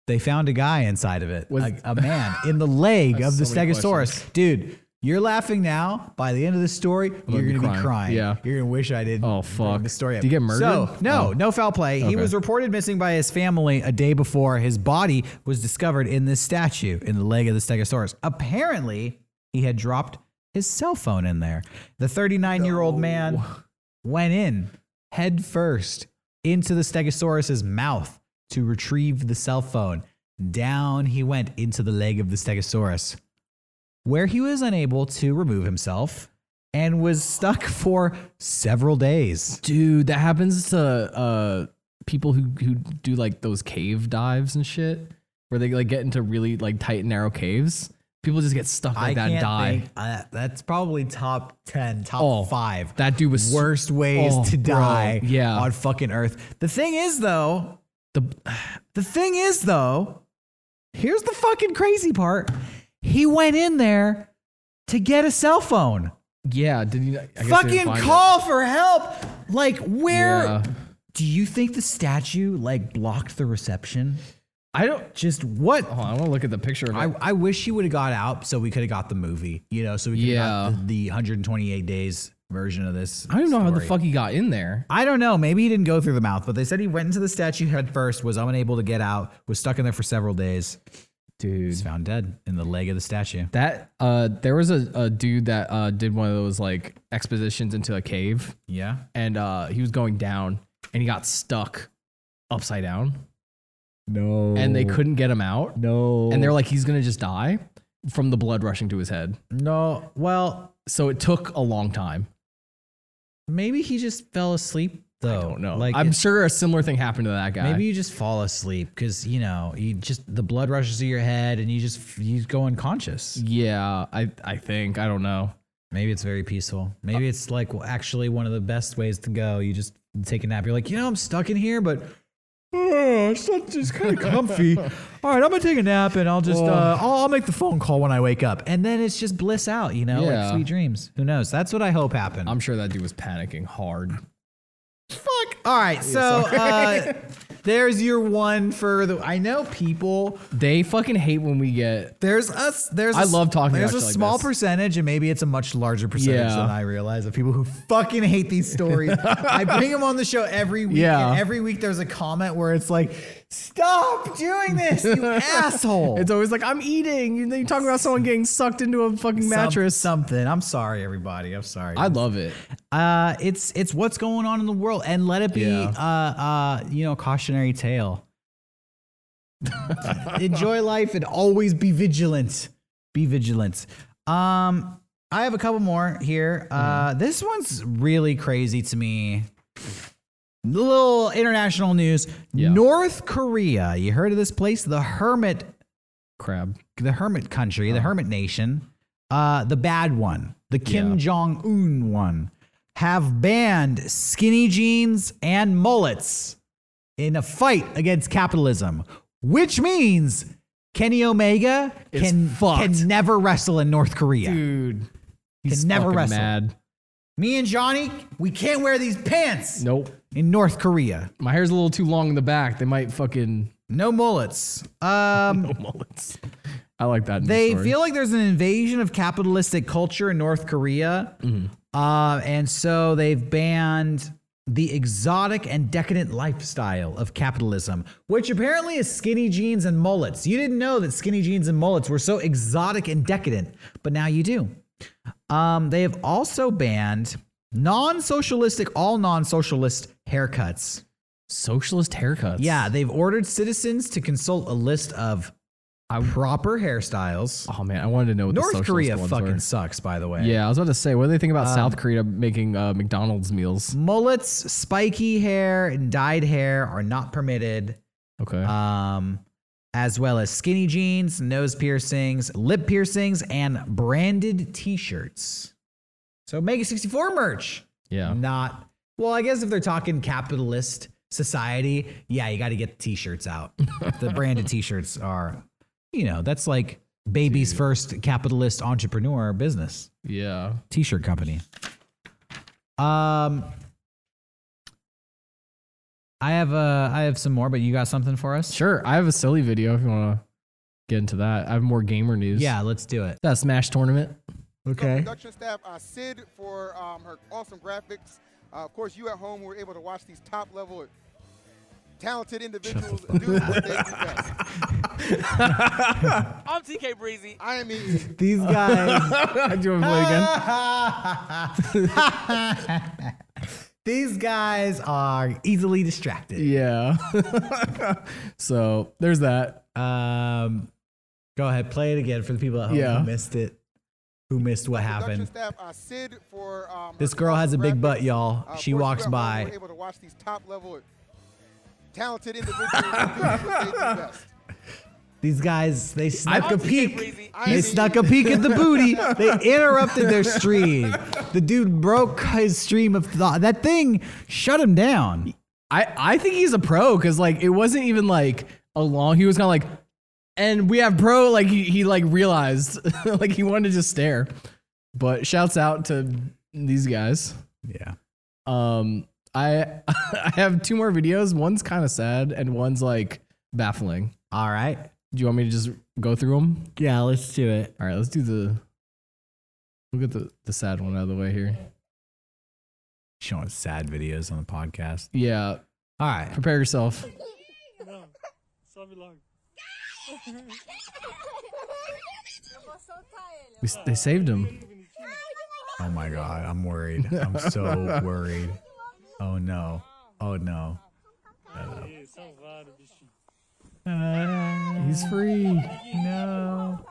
Speaker 3: they found a guy inside of it,
Speaker 4: Was-
Speaker 3: a, a man in the leg of the
Speaker 4: so many
Speaker 3: stegosaurus. Dude, you're laughing now. By the end of the story, you're
Speaker 4: be
Speaker 3: gonna
Speaker 4: crying.
Speaker 3: be crying.
Speaker 4: Yeah.
Speaker 3: you're gonna wish I didn't.
Speaker 4: Oh,
Speaker 3: bring
Speaker 4: fuck.
Speaker 3: The story. up.
Speaker 4: Did he get
Speaker 3: So
Speaker 4: murdered?
Speaker 3: no,
Speaker 4: Oh.
Speaker 3: no foul play.
Speaker 4: Okay.
Speaker 3: He was reported missing by his family a day before his body was discovered in this statue in the leg of the stegosaurus. Apparently, he had dropped his cell phone in there. The 39 year old man went in head first into the stegosaurus's mouth to retrieve the cell phone. Down he went into the leg of the stegosaurus, where he was unable to remove himself and was stuck for several days.
Speaker 4: Dude, that happens to uh people who who do like those cave dives and shit where they like get into really like tight and narrow caves. People just get stuck like that and die.
Speaker 3: think- uh, that's probably top 10, top
Speaker 4: Oh,
Speaker 3: five.
Speaker 4: That dude was
Speaker 3: worst ways
Speaker 4: Oh,
Speaker 3: to
Speaker 4: bro,
Speaker 3: die
Speaker 4: yeah.
Speaker 3: on fucking earth. The thing is though,
Speaker 4: the
Speaker 3: the thing is though, here's the fucking crazy part. He went in there to get a cell phone.
Speaker 4: yeah, did you I guess they didn't
Speaker 3: fucking
Speaker 4: find it.
Speaker 3: call for help. Like where
Speaker 4: Yeah.
Speaker 3: do you think the statue like blocked the reception?
Speaker 4: I don't
Speaker 3: Just what
Speaker 4: Hold on, I want to look at the picture of it.
Speaker 3: I, I wish he would have got out so we could have got the movie, you know, so we could have
Speaker 4: Yeah.
Speaker 3: got the, the 128 days version of this.
Speaker 4: I don't know how the
Speaker 3: story.
Speaker 4: fuck he got in there.
Speaker 3: I don't know. Maybe he didn't go through the mouth, but they said he went into the statue head first, was unable to get out, was stuck in there for several days.
Speaker 4: Dude.
Speaker 3: He's found dead in the leg of the statue.
Speaker 4: That uh there was a, a dude that uh did one of those like expeditions into a cave
Speaker 3: Yeah.
Speaker 4: and uh he was going down and he got stuck upside down
Speaker 3: No.
Speaker 4: and they couldn't get him out.
Speaker 3: No.
Speaker 4: And they're like he's going to just die from the blood rushing to his head.
Speaker 3: no. Well,
Speaker 4: So it took a long time.
Speaker 3: maybe he just fell asleep, though.
Speaker 4: I don't know.
Speaker 3: Like,
Speaker 4: I'm sure a similar thing happened to that guy.
Speaker 3: Maybe you just fall asleep because you know you just the blood rushes to your head and you just you go unconscious.
Speaker 4: yeah, I I think I don't know.
Speaker 3: Maybe it's very peaceful. Maybe it's like well, actually one of the best ways to go. You just take a nap. You're like, you know, I'm stuck in here, but uh, it's, not- it's kind of comfy. All right, I'm gonna take a nap and I'll just uh, I'll, I'll make the phone call when I wake up, and then it's just bliss out. You know,
Speaker 4: Yeah.
Speaker 3: like sweet dreams. Who knows? That's what I hope happened.
Speaker 4: I'm sure that dude was panicking hard.
Speaker 3: Fuck. All right, so uh, there's your one for the. I know people.
Speaker 4: They fucking hate when we get
Speaker 3: There's us. There's. I
Speaker 4: I love talking
Speaker 3: There's
Speaker 4: about
Speaker 3: a
Speaker 4: shit like
Speaker 3: small
Speaker 4: this.
Speaker 3: percentage, and maybe it's a much larger percentage
Speaker 4: Yeah.
Speaker 3: than I realize of people who fucking hate these stories. I bring them on the show every week.
Speaker 4: Yeah.
Speaker 3: And every week there's a comment where it's like, "Stop doing this, you asshole."
Speaker 4: It's always like I'm eating. You- You talk about someone getting sucked into a fucking
Speaker 3: Some-
Speaker 4: mattress.
Speaker 3: something. I'm sorry, everybody. I'm sorry.
Speaker 4: I love it.
Speaker 3: uh, it's it's what's going on in the world, and let it be
Speaker 4: Yeah.
Speaker 3: uh, uh, you know cautionary tale. Enjoy life and always be vigilant. Be vigilant. Um, I have a couple more here.
Speaker 4: Mm-hmm.
Speaker 3: Uh, this one's really crazy to me. Little international news.
Speaker 4: Yeah.
Speaker 3: North Korea. You heard of this place, the Hermit
Speaker 4: crab.
Speaker 3: the hermit country, the hermit nation, uh, the bad one, the Kim
Speaker 4: Uh-huh. Yeah.
Speaker 3: Jong Un one, have banned skinny jeans and mullets in a fight against capitalism, which means Kenny Omega
Speaker 4: It's
Speaker 3: can,
Speaker 4: fucked.
Speaker 3: can never wrestle in North Korea.
Speaker 4: Dude,
Speaker 3: Can never
Speaker 4: fucking
Speaker 3: wrestle.
Speaker 4: Mad.
Speaker 3: Me and Johnny, we can't wear these pants
Speaker 4: Nope.
Speaker 3: in North Korea.
Speaker 4: My hair's a little too long in the back. They might fucking
Speaker 3: No mullets. Um,
Speaker 4: no mullets. I like that. in the
Speaker 3: They
Speaker 4: story.
Speaker 3: feel like there's an invasion of capitalistic culture in North Korea. Uh, and so they've banned the exotic and decadent lifestyle of capitalism, which apparently is skinny jeans and mullets. You didn't know that skinny jeans and mullets were so exotic and decadent, but now you do. Um, they have also banned non socialistic, all non socialist haircuts.
Speaker 4: socialist haircuts.
Speaker 3: Yeah, they've ordered citizens to consult a list of proper hairstyles.
Speaker 4: Oh man, I wanted to know what the
Speaker 3: North
Speaker 4: socialist
Speaker 3: Korea
Speaker 4: ones
Speaker 3: fucking Um,
Speaker 4: were.
Speaker 3: sucks, by the way.
Speaker 4: Yeah, I was about to say, what do they think about South Korea making uh, McDonald's meals?
Speaker 3: Mullets, spiky hair, and dyed hair are not permitted,
Speaker 4: Okay.
Speaker 3: um, as well as skinny jeans, nose piercings, lip piercings, and branded t shirts. So Mega 64 merch.
Speaker 4: yeah.
Speaker 3: Not, well, I guess if they're talking capitalist society, yeah, you got to get the t shirts out. the branded t shirts are, you know, that's like baby's first capitalist entrepreneur business.
Speaker 4: Yeah.
Speaker 3: t-shirt company. Um I have uh I have some more, but you got something for us?
Speaker 4: Sure. I have a silly video if you want to get into that. I have more gamer news.
Speaker 3: Yeah, let's do it.
Speaker 4: That Smash tournament.
Speaker 3: Okay.
Speaker 9: production staff, uh, Sid, for um, her awesome graphics. Uh, of course, you at home were able to watch these top level, talented individuals do what they do best.
Speaker 5: I'm TK Breezy.
Speaker 9: I am easy.
Speaker 3: These guys
Speaker 4: Do you want to play again?
Speaker 3: These guys are easily distracted.
Speaker 4: Yeah. so there's that.
Speaker 3: Um go ahead, play it again for the people at home
Speaker 4: Yeah.
Speaker 3: who missed it. Who missed what
Speaker 9: Production
Speaker 3: happened.
Speaker 9: staff, uh, Sid, for um,
Speaker 3: This
Speaker 9: her
Speaker 3: girl has a
Speaker 9: awesome
Speaker 3: big butt,
Speaker 9: graphics.
Speaker 3: y'all.
Speaker 9: Uh, of
Speaker 3: She
Speaker 9: course, you
Speaker 3: walks
Speaker 9: at home
Speaker 3: by.
Speaker 9: Were able to watch these top level, talented individuals do what they do best.
Speaker 3: These guys, they snuck a peek.
Speaker 9: I
Speaker 3: They
Speaker 9: am
Speaker 3: snuck
Speaker 9: easy.
Speaker 3: a peek at the booty. They interrupted their stream. The dude broke his stream of thought. That thing shut him down.
Speaker 4: I, I think he's a pro because like it wasn't even like a long. He was kind of like, and we have pro. Like he, he like realized like he wanted to just stare. But shouts out to these guys.
Speaker 3: Yeah.
Speaker 4: Um, I I have two more videos. One's kind of sad and one's like baffling.
Speaker 3: All right.
Speaker 4: Do you want me to just go through them?
Speaker 3: Yeah, let's do it.
Speaker 4: All right, let's do the. We'll get the, the sad one out of the way here.
Speaker 3: Showing sad videos on the podcast.
Speaker 4: Yeah,
Speaker 3: All right.
Speaker 4: prepare yourself. We, s- they saved him.
Speaker 3: Oh my God. I'm worried. I'm so worried. Oh no. Oh no. Uh,
Speaker 4: He's free.
Speaker 3: No.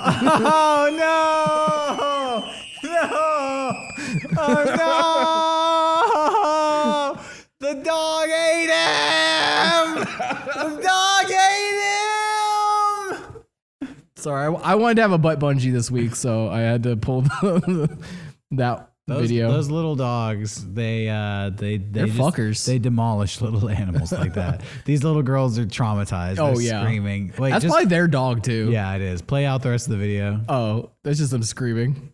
Speaker 3: Oh no! No! Oh no! The dog ate him! The dog ate him!
Speaker 4: Sorry, I, I wanted to have a butt bungee this week, so I had to pull the, that
Speaker 3: Those,
Speaker 4: video.
Speaker 3: those little dogs, they uh, they they
Speaker 4: They're
Speaker 3: just-
Speaker 4: fuckers.
Speaker 3: They demolish little animals like that. These little girls are traumatized.
Speaker 4: Oh,
Speaker 3: They're
Speaker 4: yeah.
Speaker 3: screaming. Wait,
Speaker 4: That's
Speaker 3: just,
Speaker 4: probably their dog too.
Speaker 3: yeah, it is. Play out the rest of the video.
Speaker 4: Oh, that's just them screaming.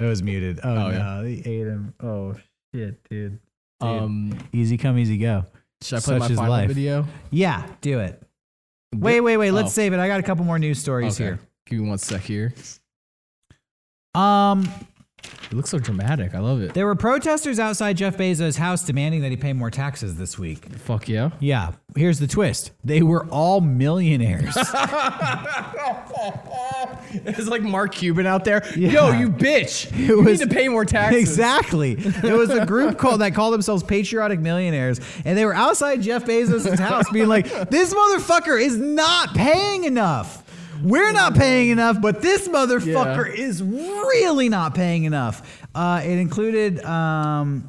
Speaker 3: It was muted. Oh, no,
Speaker 4: Oh, yeah.
Speaker 3: they ate him. Oh shit, dude.
Speaker 4: Um,
Speaker 3: Easy come, easy go.
Speaker 4: should I play
Speaker 3: Such
Speaker 4: my
Speaker 3: is
Speaker 4: final
Speaker 3: life.
Speaker 4: video?
Speaker 3: Yeah, do it. Wait, wait, wait. Let's
Speaker 4: Oh.
Speaker 3: save it. I got a couple more news stories
Speaker 4: Okay. Give me one sec here.
Speaker 3: here. Um,
Speaker 4: It looks so dramatic. I love it.
Speaker 3: there were protesters outside Jeff Bezos' house demanding that he pay more taxes this week.
Speaker 4: Fuck yeah.
Speaker 3: Yeah, here's the twist. They were all millionaires.
Speaker 4: It's like Mark Cuban out there. Yo,
Speaker 3: Yeah.
Speaker 4: you bitch.
Speaker 3: It
Speaker 4: you
Speaker 3: was-
Speaker 4: need to pay more taxes.
Speaker 3: exactly. It was a group called that called themselves patriotic millionaires, and they were outside Jeff Bezos' house being like, "This motherfucker is not paying enough." We're not paying enough, but this motherfucker is really not paying enough. Uh, it included um,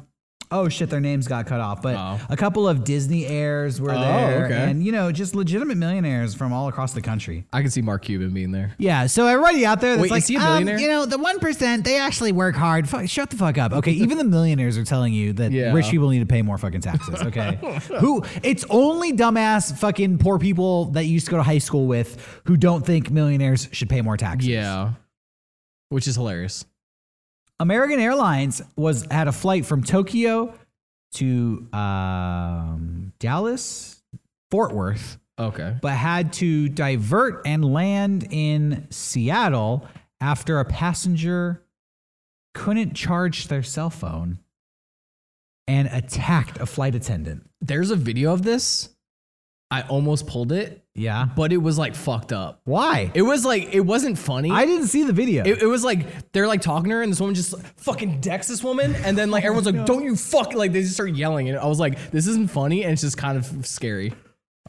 Speaker 3: Oh shit, their names got cut off. But
Speaker 4: Oh.
Speaker 3: a couple of Disney heirs were there,
Speaker 4: okay.
Speaker 3: and you know, just legitimate millionaires from all across the country.
Speaker 4: I can see Mark Cuban being there.
Speaker 3: Yeah. So everybody out there, that's
Speaker 4: Wait,
Speaker 3: like,
Speaker 4: is he a
Speaker 3: um,
Speaker 4: millionaire?
Speaker 3: you know, the one percent they actually work hard. Fuck, shut the fuck up. Okay. Even the millionaires are telling you that
Speaker 4: Yeah.
Speaker 3: rich people need to pay more fucking taxes. Okay. who? It's only dumbass fucking poor people that you used to go to high school with who don't think millionaires should pay more taxes.
Speaker 4: Yeah, which is hilarious.
Speaker 3: American Airlines was had a flight from Tokyo to um, Dallas, Fort Worth,
Speaker 4: Okay.
Speaker 3: but had to divert and land in Seattle after a passenger couldn't charge their cell phone and attacked a flight attendant.
Speaker 4: There's a video of this. I almost pulled it,
Speaker 3: Yeah.
Speaker 4: but it was like fucked up.
Speaker 3: Why?
Speaker 4: It was like it wasn't funny.
Speaker 3: I didn't see the video.
Speaker 4: It, it was like they're like talking to her, and this woman just like, fucking decks this woman, and then like everyone's like, "Don't you fuck!" Like they just start yelling, and I was like, "This isn't funny," and it's just kind of scary.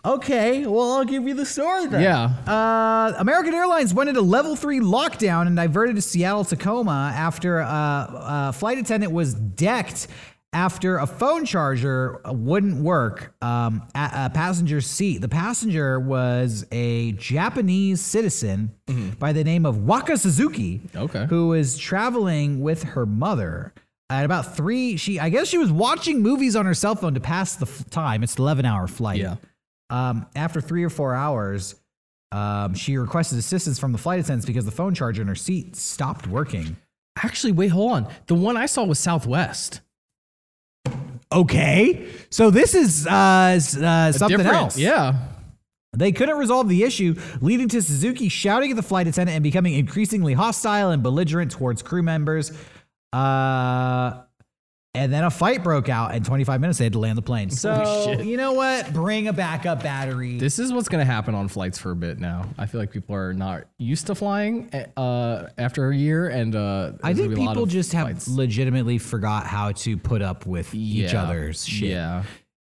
Speaker 3: okay, well, I'll give you the story then.
Speaker 4: Yeah.
Speaker 3: Uh, American Airlines went into level three lockdown and diverted to Seattle Tacoma after uh, a flight attendant was decked after a phone charger wouldn't work um, at a passenger's seat. The passenger was a Japanese citizen by the name of Waka Suzuki,
Speaker 4: Okay.
Speaker 3: who was traveling with her mother. At about three, she I guess she was watching movies on her cell phone to pass the f- time. It's an eleven-hour flight.
Speaker 4: Yeah.
Speaker 3: Um, after three or four hours, um, she requested assistance from the flight attendants because the phone charger in her seat stopped working.
Speaker 4: Actually, wait, hold on. The one I saw was Southwest.
Speaker 3: Okay, so this is uh, s- uh, something
Speaker 4: Different.
Speaker 3: else.
Speaker 4: Yeah.
Speaker 3: They couldn't resolve the issue, leading to Suzuki shouting at the flight attendant and becoming increasingly hostile and belligerent towards crew members. Uh, and then a fight broke out, and 25 minutes they had to land the plane. So,
Speaker 4: shit.
Speaker 3: you know what? Bring a backup battery.
Speaker 4: This is what's going to happen on flights for a bit now. I feel like people are not used to flying uh, after a year, and uh,
Speaker 3: I think
Speaker 4: there's gonna be a lot
Speaker 3: people
Speaker 4: of
Speaker 3: just have
Speaker 4: flights.
Speaker 3: legitimately forgot how to put up with each
Speaker 4: Yeah.
Speaker 3: other's shit.
Speaker 4: Yeah.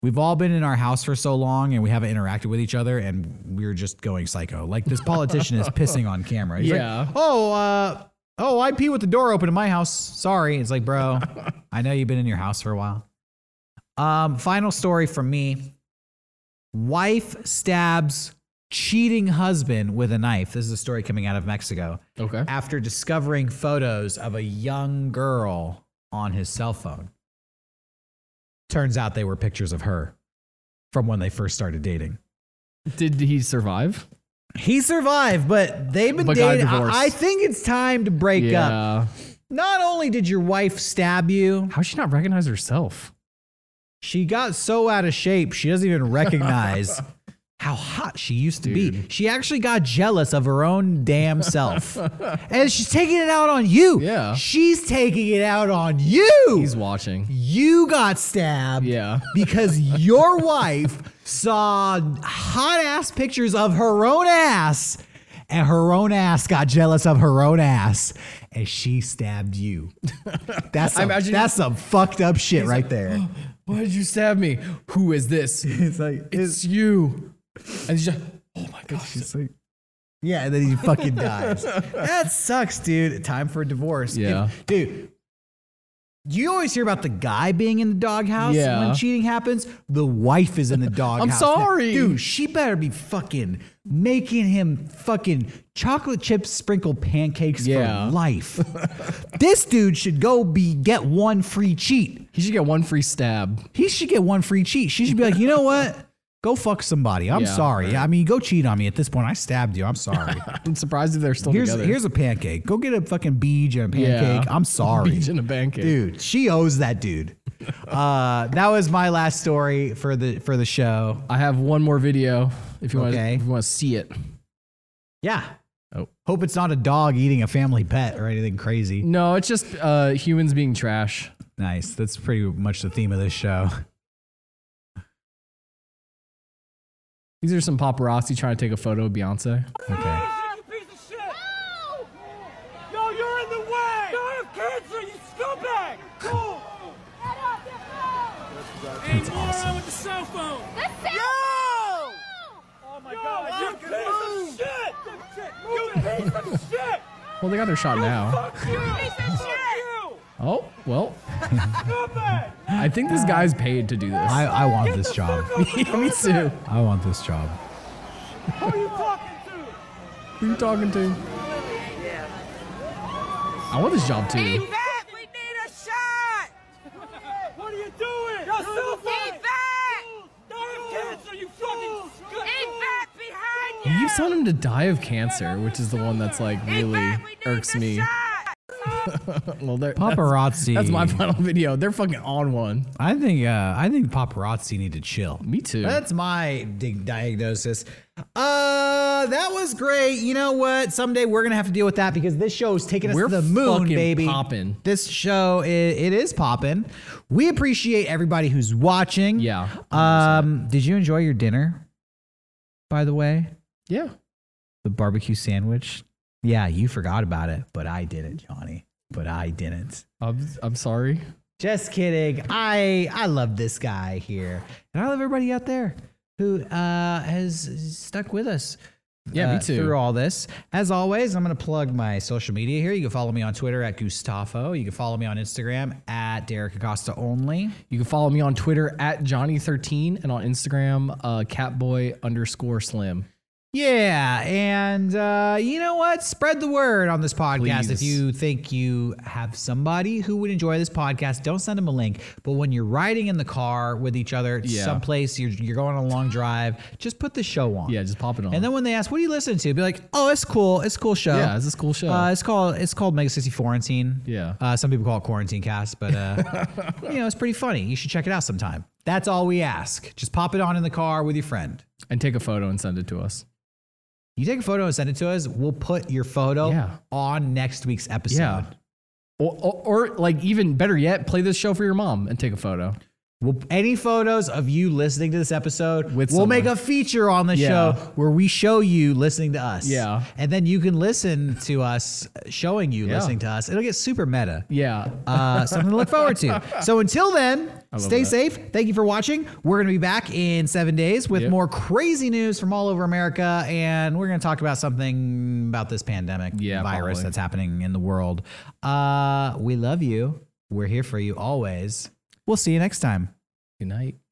Speaker 3: We've all been in our house for so long and we haven't interacted with each other and we're just going psycho. Like this politician is pissing on camera. He's like,
Speaker 4: Yeah.
Speaker 3: oh, uh, oh, I pee with the door open in my house. Sorry. It's like, bro, I know you've been in your house for a while. Um, final story from me. Wife stabs cheating husband with a knife. This is a story coming out of Mexico
Speaker 4: Okay.
Speaker 3: after discovering photos of a young girl on his cell phone. Turns out they were pictures of her from when they first started dating.
Speaker 4: Did he survive?
Speaker 3: He survived, but they've been
Speaker 4: But got a
Speaker 3: dating.
Speaker 4: divorce.
Speaker 3: I, I think it's time to break up.
Speaker 4: yeah.
Speaker 3: Not only did your wife stab you,
Speaker 4: How she not recognize herself?
Speaker 3: she got so out of shape she doesn't even recognize how hot she used to be. She actually got jealous of her own damn self. and she's taking it out on you.
Speaker 4: Yeah.
Speaker 3: She's taking it out on you.
Speaker 4: He's watching.
Speaker 3: you got stabbed
Speaker 4: Yeah.
Speaker 3: because your wife saw hot ass pictures of her own ass and her own ass got jealous of her own ass and she stabbed you. That's some,
Speaker 4: imagine-
Speaker 3: that's some fucked up shit right there.
Speaker 4: Why did you stab me? Who is this?
Speaker 3: It's like
Speaker 4: It's you. And she's like, oh my god.
Speaker 3: Yeah, and then he fucking dies. That sucks, dude. Time for a divorce. If-
Speaker 4: Yeah.
Speaker 3: dude. You always hear about the guy being in the doghouse
Speaker 4: Yeah.
Speaker 3: when cheating happens. The wife is in the doghouse. now.
Speaker 4: sorry.
Speaker 3: Dude, she better be fucking making him fucking chocolate chip sprinkled pancakes
Speaker 4: Yeah.
Speaker 3: for life. this dude should go be get one free cheat.
Speaker 4: He should get one free stab.
Speaker 3: He should get one free cheat. She should be like, you know what? Go fuck somebody. I'm
Speaker 4: Yeah,
Speaker 3: sorry. I mean, go cheat on me at this point. I stabbed you. I'm sorry.
Speaker 4: I'm surprised if they're still
Speaker 3: Here's
Speaker 4: together.
Speaker 3: here's a pancake. Go get a fucking beej and a
Speaker 4: Yeah.
Speaker 3: pancake. I'm sorry.
Speaker 4: Beach in a pancake.
Speaker 3: Dude, she owes that dude. uh, that was my last story for the for the show.
Speaker 4: I have one more video if you want
Speaker 3: Okay.
Speaker 4: if you want to see it.
Speaker 3: Yeah.
Speaker 4: Oh.
Speaker 3: Hope it's not a dog eating a family pet or anything crazy.
Speaker 4: No, it's just uh, humans being trash.
Speaker 3: Nice. That's pretty much the theme of this show.
Speaker 4: These are some paparazzi trying to take a photo of Beyonce.
Speaker 3: Okay.
Speaker 5: You piece of shit! Yo, you're in the way! Yo, I have cancer, you scumbag! Cool! That's awesome. with the cell phone! Yo! Oh my god, you piece of shit! You piece of shit!
Speaker 4: Well, they got their shot now.
Speaker 5: Fuck you! Piece of shit!
Speaker 4: Oh, well. I think this guy's paid to do this.
Speaker 10: I, I want this job.
Speaker 4: Me too.
Speaker 10: I want this job.
Speaker 5: Who are you talking to?
Speaker 4: Who you talking to? I want this job too.
Speaker 5: back! We need a shot! What are you doing? You're so
Speaker 11: Eat back!
Speaker 5: cancer, you fucking scut!
Speaker 11: Eat back behind
Speaker 4: You
Speaker 11: you!
Speaker 4: keep telling him to die of cancer, which is the one that's like
Speaker 11: Eat
Speaker 4: really
Speaker 11: back! We need
Speaker 4: irks
Speaker 11: the
Speaker 4: me.
Speaker 11: shot!
Speaker 4: Well, there- that's-
Speaker 10: Paparazzi.
Speaker 4: That's my final video. They're fucking on one.
Speaker 10: I think uh, I think paparazzi need to chill.
Speaker 4: Me too.
Speaker 3: That's my dig- diagnosis. Uh, that was great. You know what? Someday we're gonna have to deal with that because this show is taking us
Speaker 4: We're
Speaker 3: to the moon,
Speaker 4: fucking
Speaker 3: baby.
Speaker 4: poppin'.
Speaker 3: This show i- it is popping. We appreciate everybody who's watching.
Speaker 4: Yeah,
Speaker 3: Um, did you enjoy your dinner? By the way,
Speaker 4: Yeah.
Speaker 3: the barbecue sandwich. Yeah, you forgot about it, but I didn't, Johnny. But I didn't.
Speaker 4: I'm, I'm sorry.
Speaker 3: Just kidding. I I love this guy here, and I love everybody out there who uh, has stuck with us.
Speaker 4: Yeah, me
Speaker 3: uh,
Speaker 4: too.
Speaker 3: Through all this, as always, I'm gonna plug my social media here. You can follow me on Twitter at Gustavo. You can follow me on Instagram at Derek Acosta only.
Speaker 4: You can follow me on Twitter at Johnny13 and on Instagram, uh, catboy underscore slim.
Speaker 3: Yeah, and uh, you know what? Spread the word on this podcast. If
Speaker 4: Please.
Speaker 3: you think you have somebody who would enjoy this podcast, don't send them a link. But when you're riding in the car with each other,
Speaker 4: Yeah.
Speaker 3: someplace you're, you're going on a long drive, just put the show on.
Speaker 4: Yeah, just pop it on.
Speaker 3: And then when they ask, "What do you listen to?" Be like, "Oh, it's cool. It's a cool show.
Speaker 4: Yeah, it's a cool show.
Speaker 3: Uh, it's called it's called Mega Sixty Quarantine.
Speaker 4: Yeah.
Speaker 3: Uh, some people call it Quarantine Cast, but uh, you know, it's pretty funny. You should check it out sometime. That's all we ask. Just pop it on in the car with your friend.
Speaker 4: and take a photo and send it to us.
Speaker 3: You take a photo and send it to us. We'll put your photo
Speaker 4: Yeah.
Speaker 3: on next week's episode.
Speaker 4: Yeah. Or, or, or, like even better yet, play this show for your mom and take a photo.
Speaker 3: We'll, any photos of you listening to this episode,
Speaker 4: With
Speaker 3: we'll
Speaker 4: someone.
Speaker 3: make a feature on the
Speaker 4: Yeah.
Speaker 3: show where we show you listening to us.
Speaker 4: Yeah.
Speaker 3: And then you can listen to us showing you
Speaker 4: Yeah.
Speaker 3: listening to us. It'll get super meta.
Speaker 4: Yeah.
Speaker 3: Uh, something to look forward to. So until then,
Speaker 4: love
Speaker 3: stay
Speaker 4: that.
Speaker 3: safe. Thank you for watching. We're going to be back in seven days with
Speaker 4: Yep.
Speaker 3: more crazy news from all over America. And we're going to talk about something about this pandemic
Speaker 4: Yeah,
Speaker 3: virus
Speaker 4: probably.
Speaker 3: that's happening in the world. Uh, we love you. We're here for you always. We'll see you next time.
Speaker 4: Good night.